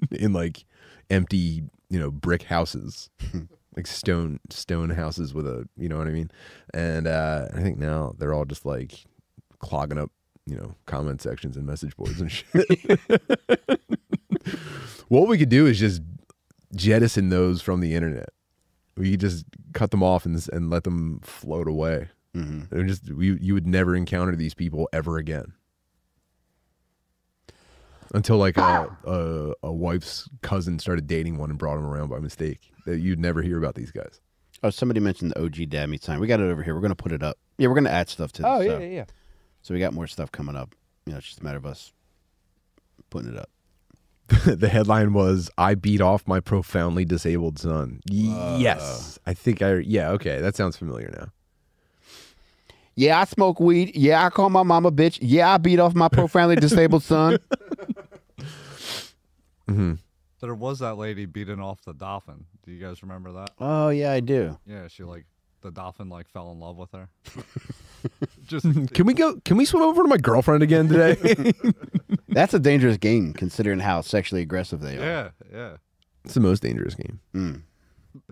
Speaker 2: in like empty, you know, brick houses, like stone, stone houses with a, you know what I mean? And uh, I think now they're all just like clogging up, you know, comment sections and message boards and shit. what we could do is just jettison those from the internet. We could just cut them off and and let them float away.
Speaker 1: Mm-hmm.
Speaker 2: It would just we, you would never encounter these people ever again until like a, a a wife's cousin started dating one and brought him around by mistake. That you'd never hear about these guys.
Speaker 1: Oh, somebody mentioned the OG dad meat sign. We got it over here. We're gonna put it up. Yeah, we're gonna add stuff to this. so.
Speaker 2: Oh, yeah.
Speaker 1: so we got more stuff coming up. You know, it's just a matter of us putting it up.
Speaker 2: the headline was "I beat off my profoundly disabled son." Y- yes, I think I. Yeah, okay, that sounds familiar now.
Speaker 1: Yeah, I smoke weed. Yeah, I call my mama bitch. Yeah, I beat off my profoundly disabled son.
Speaker 3: There was that lady beating off the dolphin. Do you guys remember that?
Speaker 1: Oh yeah, I do.
Speaker 3: Yeah, she like the dolphin like fell in love with her. Just
Speaker 2: Can we go? Can we swim over to my girlfriend again today?
Speaker 1: That's a dangerous game considering how sexually aggressive they are.
Speaker 3: yeah, yeah.
Speaker 2: it's the most dangerous game.
Speaker 1: Mm.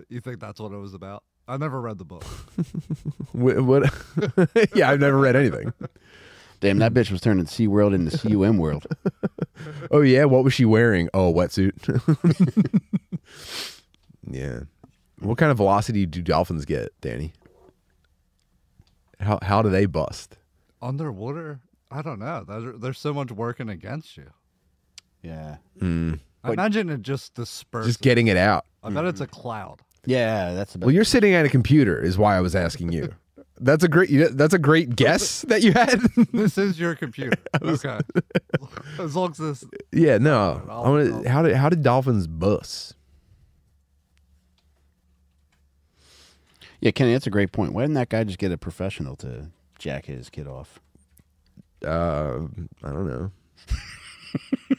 Speaker 3: You think that's what it was about? I never read the book.
Speaker 2: What? what yeah, I've never read anything.
Speaker 1: Damn, that bitch was turning Sea World into CUM World.
Speaker 2: Oh yeah, what was she wearing? Oh, a wetsuit. yeah. What kind of velocity do dolphins get, Danny? How how do they bust?
Speaker 3: Underwater, I don't know. There's, there's so much working against you.
Speaker 1: Yeah.
Speaker 3: I imagine it just disperses.
Speaker 2: Just Mm-hmm. getting it out.
Speaker 3: I bet it's a cloud.
Speaker 1: Yeah, that's about
Speaker 2: Well, you're sitting at a computer, is why I was asking you. That's a great. you- That's a great guess that you had.
Speaker 3: This is your computer. okay. as long as this,
Speaker 2: yeah. No. I
Speaker 3: I'll-
Speaker 2: want to. How did how did dolphins bust?
Speaker 1: Yeah, Kenny, that's a great point. Why didn't that guy just get a professional to jack his kid off?
Speaker 2: uh, I don't know.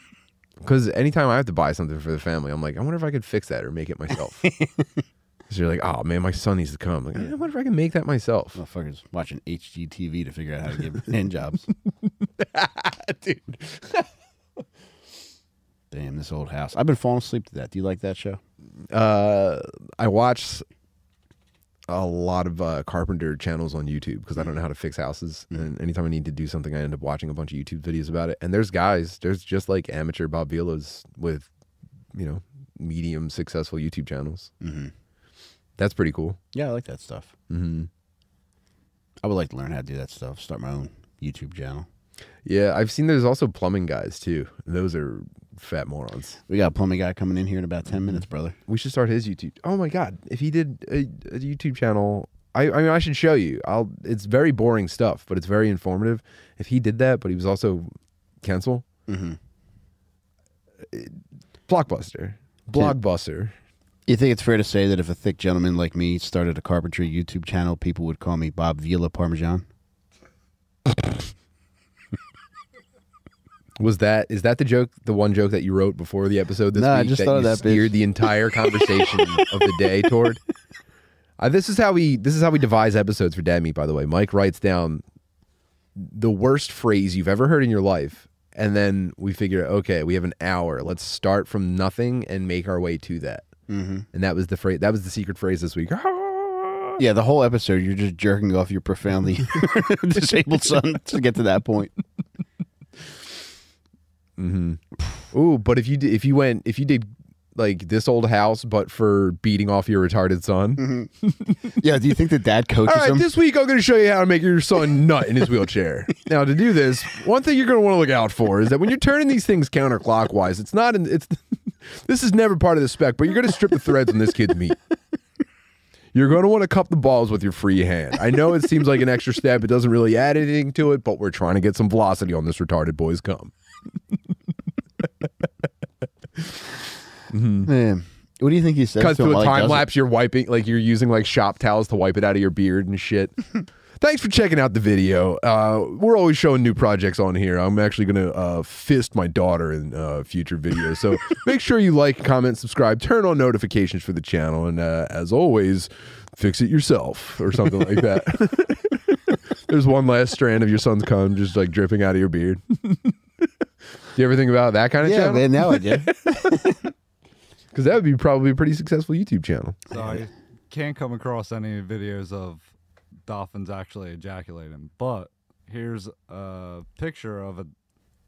Speaker 2: Because anytime I have to buy something for the family, I'm like, I wonder if I could fix that or make it myself. Because you're like, oh man, my son needs to come. Like, I wonder if I can make that myself.
Speaker 1: Motherfuckers watching HGTV to figure out how to give hand jobs.
Speaker 2: Dude.
Speaker 1: Damn, this old house. I've been falling asleep to that. Do you like that show?
Speaker 2: Uh, I watch a lot of uh, carpenter channels on YouTube because I don't know how to fix houses. And anytime I need to do something, I end up watching a bunch of YouTube videos about it. And there's guys, there's just like amateur Bob Vilas with, you know, medium successful YouTube channels.
Speaker 1: Mhm.
Speaker 2: That's pretty cool.
Speaker 1: Yeah, I like that stuff.
Speaker 2: Mm-hmm.
Speaker 1: I would like to learn how to do that stuff. Start my own YouTube channel.
Speaker 2: Yeah, I've seen there's also plumbing guys too. Those are fat morons.
Speaker 1: We got a plumbing guy coming in here in about 10 minutes, brother.
Speaker 2: We should start his YouTube. Oh my god, if he did a, a YouTube channel, I, I mean I should show you. I'll. It's very boring stuff, but it's very informative. If he did that, but he was also cancel
Speaker 1: Mhm.
Speaker 2: blockbuster. Blockbuster.
Speaker 1: You think it's fair to say that if a thick gentleman like me started a carpentry YouTube channel, people would call me Bob Vila Parmesan?
Speaker 2: Was that is that the joke? The one joke that you wrote before the episode this
Speaker 1: No, I
Speaker 2: week
Speaker 1: just
Speaker 2: that
Speaker 1: thought
Speaker 2: you
Speaker 1: of that, bitch.
Speaker 2: steered the entire conversation of the day toward. Uh, this is how we this is how we devise episodes for Dad Meat. By the way, Mike writes down the worst phrase you've ever heard in your life, and then we figure, okay, we have an hour. Let's start from nothing and make our way to that. Mm-hmm. And that was the phrase. That was the secret phrase this week.
Speaker 1: Yeah, the whole episode, you're just jerking off your profoundly disabled son to get to that point.
Speaker 2: Ooh, but if you did, if you went if you did like this old house, but for beating off your retarded son.
Speaker 1: Yeah, do you think that dad coaches
Speaker 2: All right,
Speaker 1: him?
Speaker 2: this week I'm going to show you how to make your son nut in his wheelchair. now, to do this, one thing you're going to want to look out for is that when you're turning these things counterclockwise, it's not in it's this is never part of the spec, but you're going to strip the threads on this kid's meat. You're going to want to cup the balls with your free hand. I know it seems like an extra step, it doesn't really add anything to it, but we're trying to get some velocity on this retarded boy's cum.
Speaker 1: Man, what do you think he says
Speaker 2: Cuts
Speaker 1: to
Speaker 2: to
Speaker 1: him
Speaker 2: a
Speaker 1: while he
Speaker 2: time
Speaker 1: does it?
Speaker 2: lapse. You're wiping, like you're using like shop towels to wipe it out of your beard and shit. Thanks for checking out the video. Uh, we're always showing new projects on here. I'm actually gonna uh, fist my daughter in uh, future videos. So make sure you like, comment, subscribe, turn on notifications for the channel, and uh, as always, fix it yourself or something like that. There's one last strand of your son's cum just like dripping out of your beard. Do you ever think about that kind of
Speaker 1: Yeah,
Speaker 2: channel?
Speaker 1: man, now I do.
Speaker 2: Because that would be probably a pretty successful YouTube channel.
Speaker 3: So I can't come across any videos of dolphins actually ejaculating, but here's a picture of a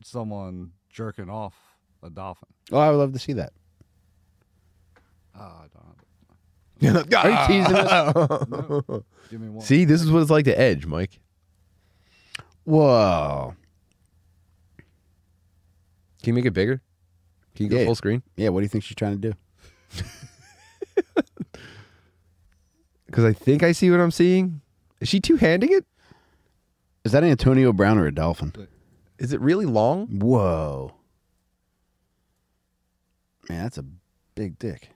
Speaker 3: someone jerking off a dolphin.
Speaker 1: Oh, I would love to see that.
Speaker 3: Oh, I don't have
Speaker 1: Are you teasing us?
Speaker 3: it. Give me one.
Speaker 2: See, this is what it's like to edge, Mike.
Speaker 1: Whoa.
Speaker 2: Can you make it bigger? Can you go
Speaker 1: Yeah.
Speaker 2: full screen?
Speaker 1: Yeah, what do you think she's trying to do?
Speaker 2: Because I think I see what I'm seeing. Is she two handing it?
Speaker 1: Is that Antonio Brown or a dolphin?
Speaker 2: Is it really long?
Speaker 1: Whoa. Man, that's a big dick.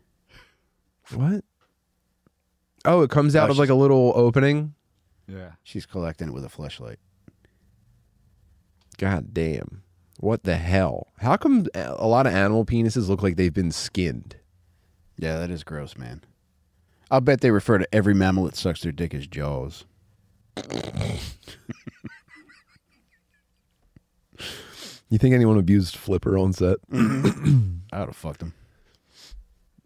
Speaker 2: What? Oh, it comes out
Speaker 1: Oh,
Speaker 2: of like a little opening.
Speaker 3: Yeah.
Speaker 1: She's collecting it with a flashlight.
Speaker 2: God damn. What the hell? How come a a lot of animal penises look like they've been skinned?
Speaker 1: Yeah, that is gross, man. I'll bet they refer to every mammal that sucks their dick as jaws.
Speaker 2: You think anyone abused Flipper on set?
Speaker 1: I would have fucked them.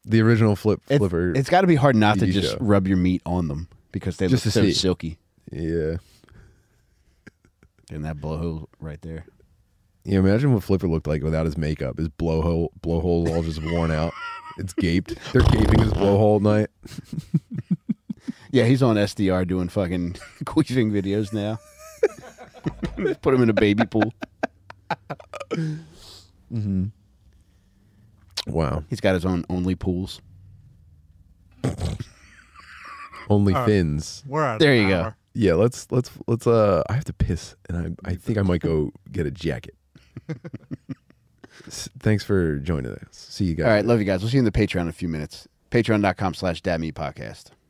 Speaker 2: The original Flip
Speaker 1: It's-
Speaker 2: Flipper.
Speaker 1: it's got to be hard not to
Speaker 2: TV
Speaker 1: just
Speaker 2: show.
Speaker 1: rub your meat on them because they
Speaker 2: Just
Speaker 1: look
Speaker 2: to
Speaker 1: so
Speaker 2: see.
Speaker 1: silky.
Speaker 2: yeah.
Speaker 1: And that blowhole right there.
Speaker 2: Yeah, imagine what Flipper looked like without his makeup. His blowhole blowhole all just worn out. It's gaped. They're gaping his blowhole at night.
Speaker 1: Yeah, he's on SDR doing fucking queefing videos now. Put him in a baby pool.
Speaker 2: Wow.
Speaker 1: He's got his own only pools.
Speaker 2: Only fins.
Speaker 3: We're at
Speaker 1: There
Speaker 3: an
Speaker 1: you go.
Speaker 3: hour.
Speaker 2: Yeah, let's let's let's uh I have to piss and I I think I might go get a jacket. S- Thanks for joining us. See you guys.
Speaker 1: All right, love you guys. We'll see you in the Patreon in a few minutes. Patreon.com slash dad me podcast.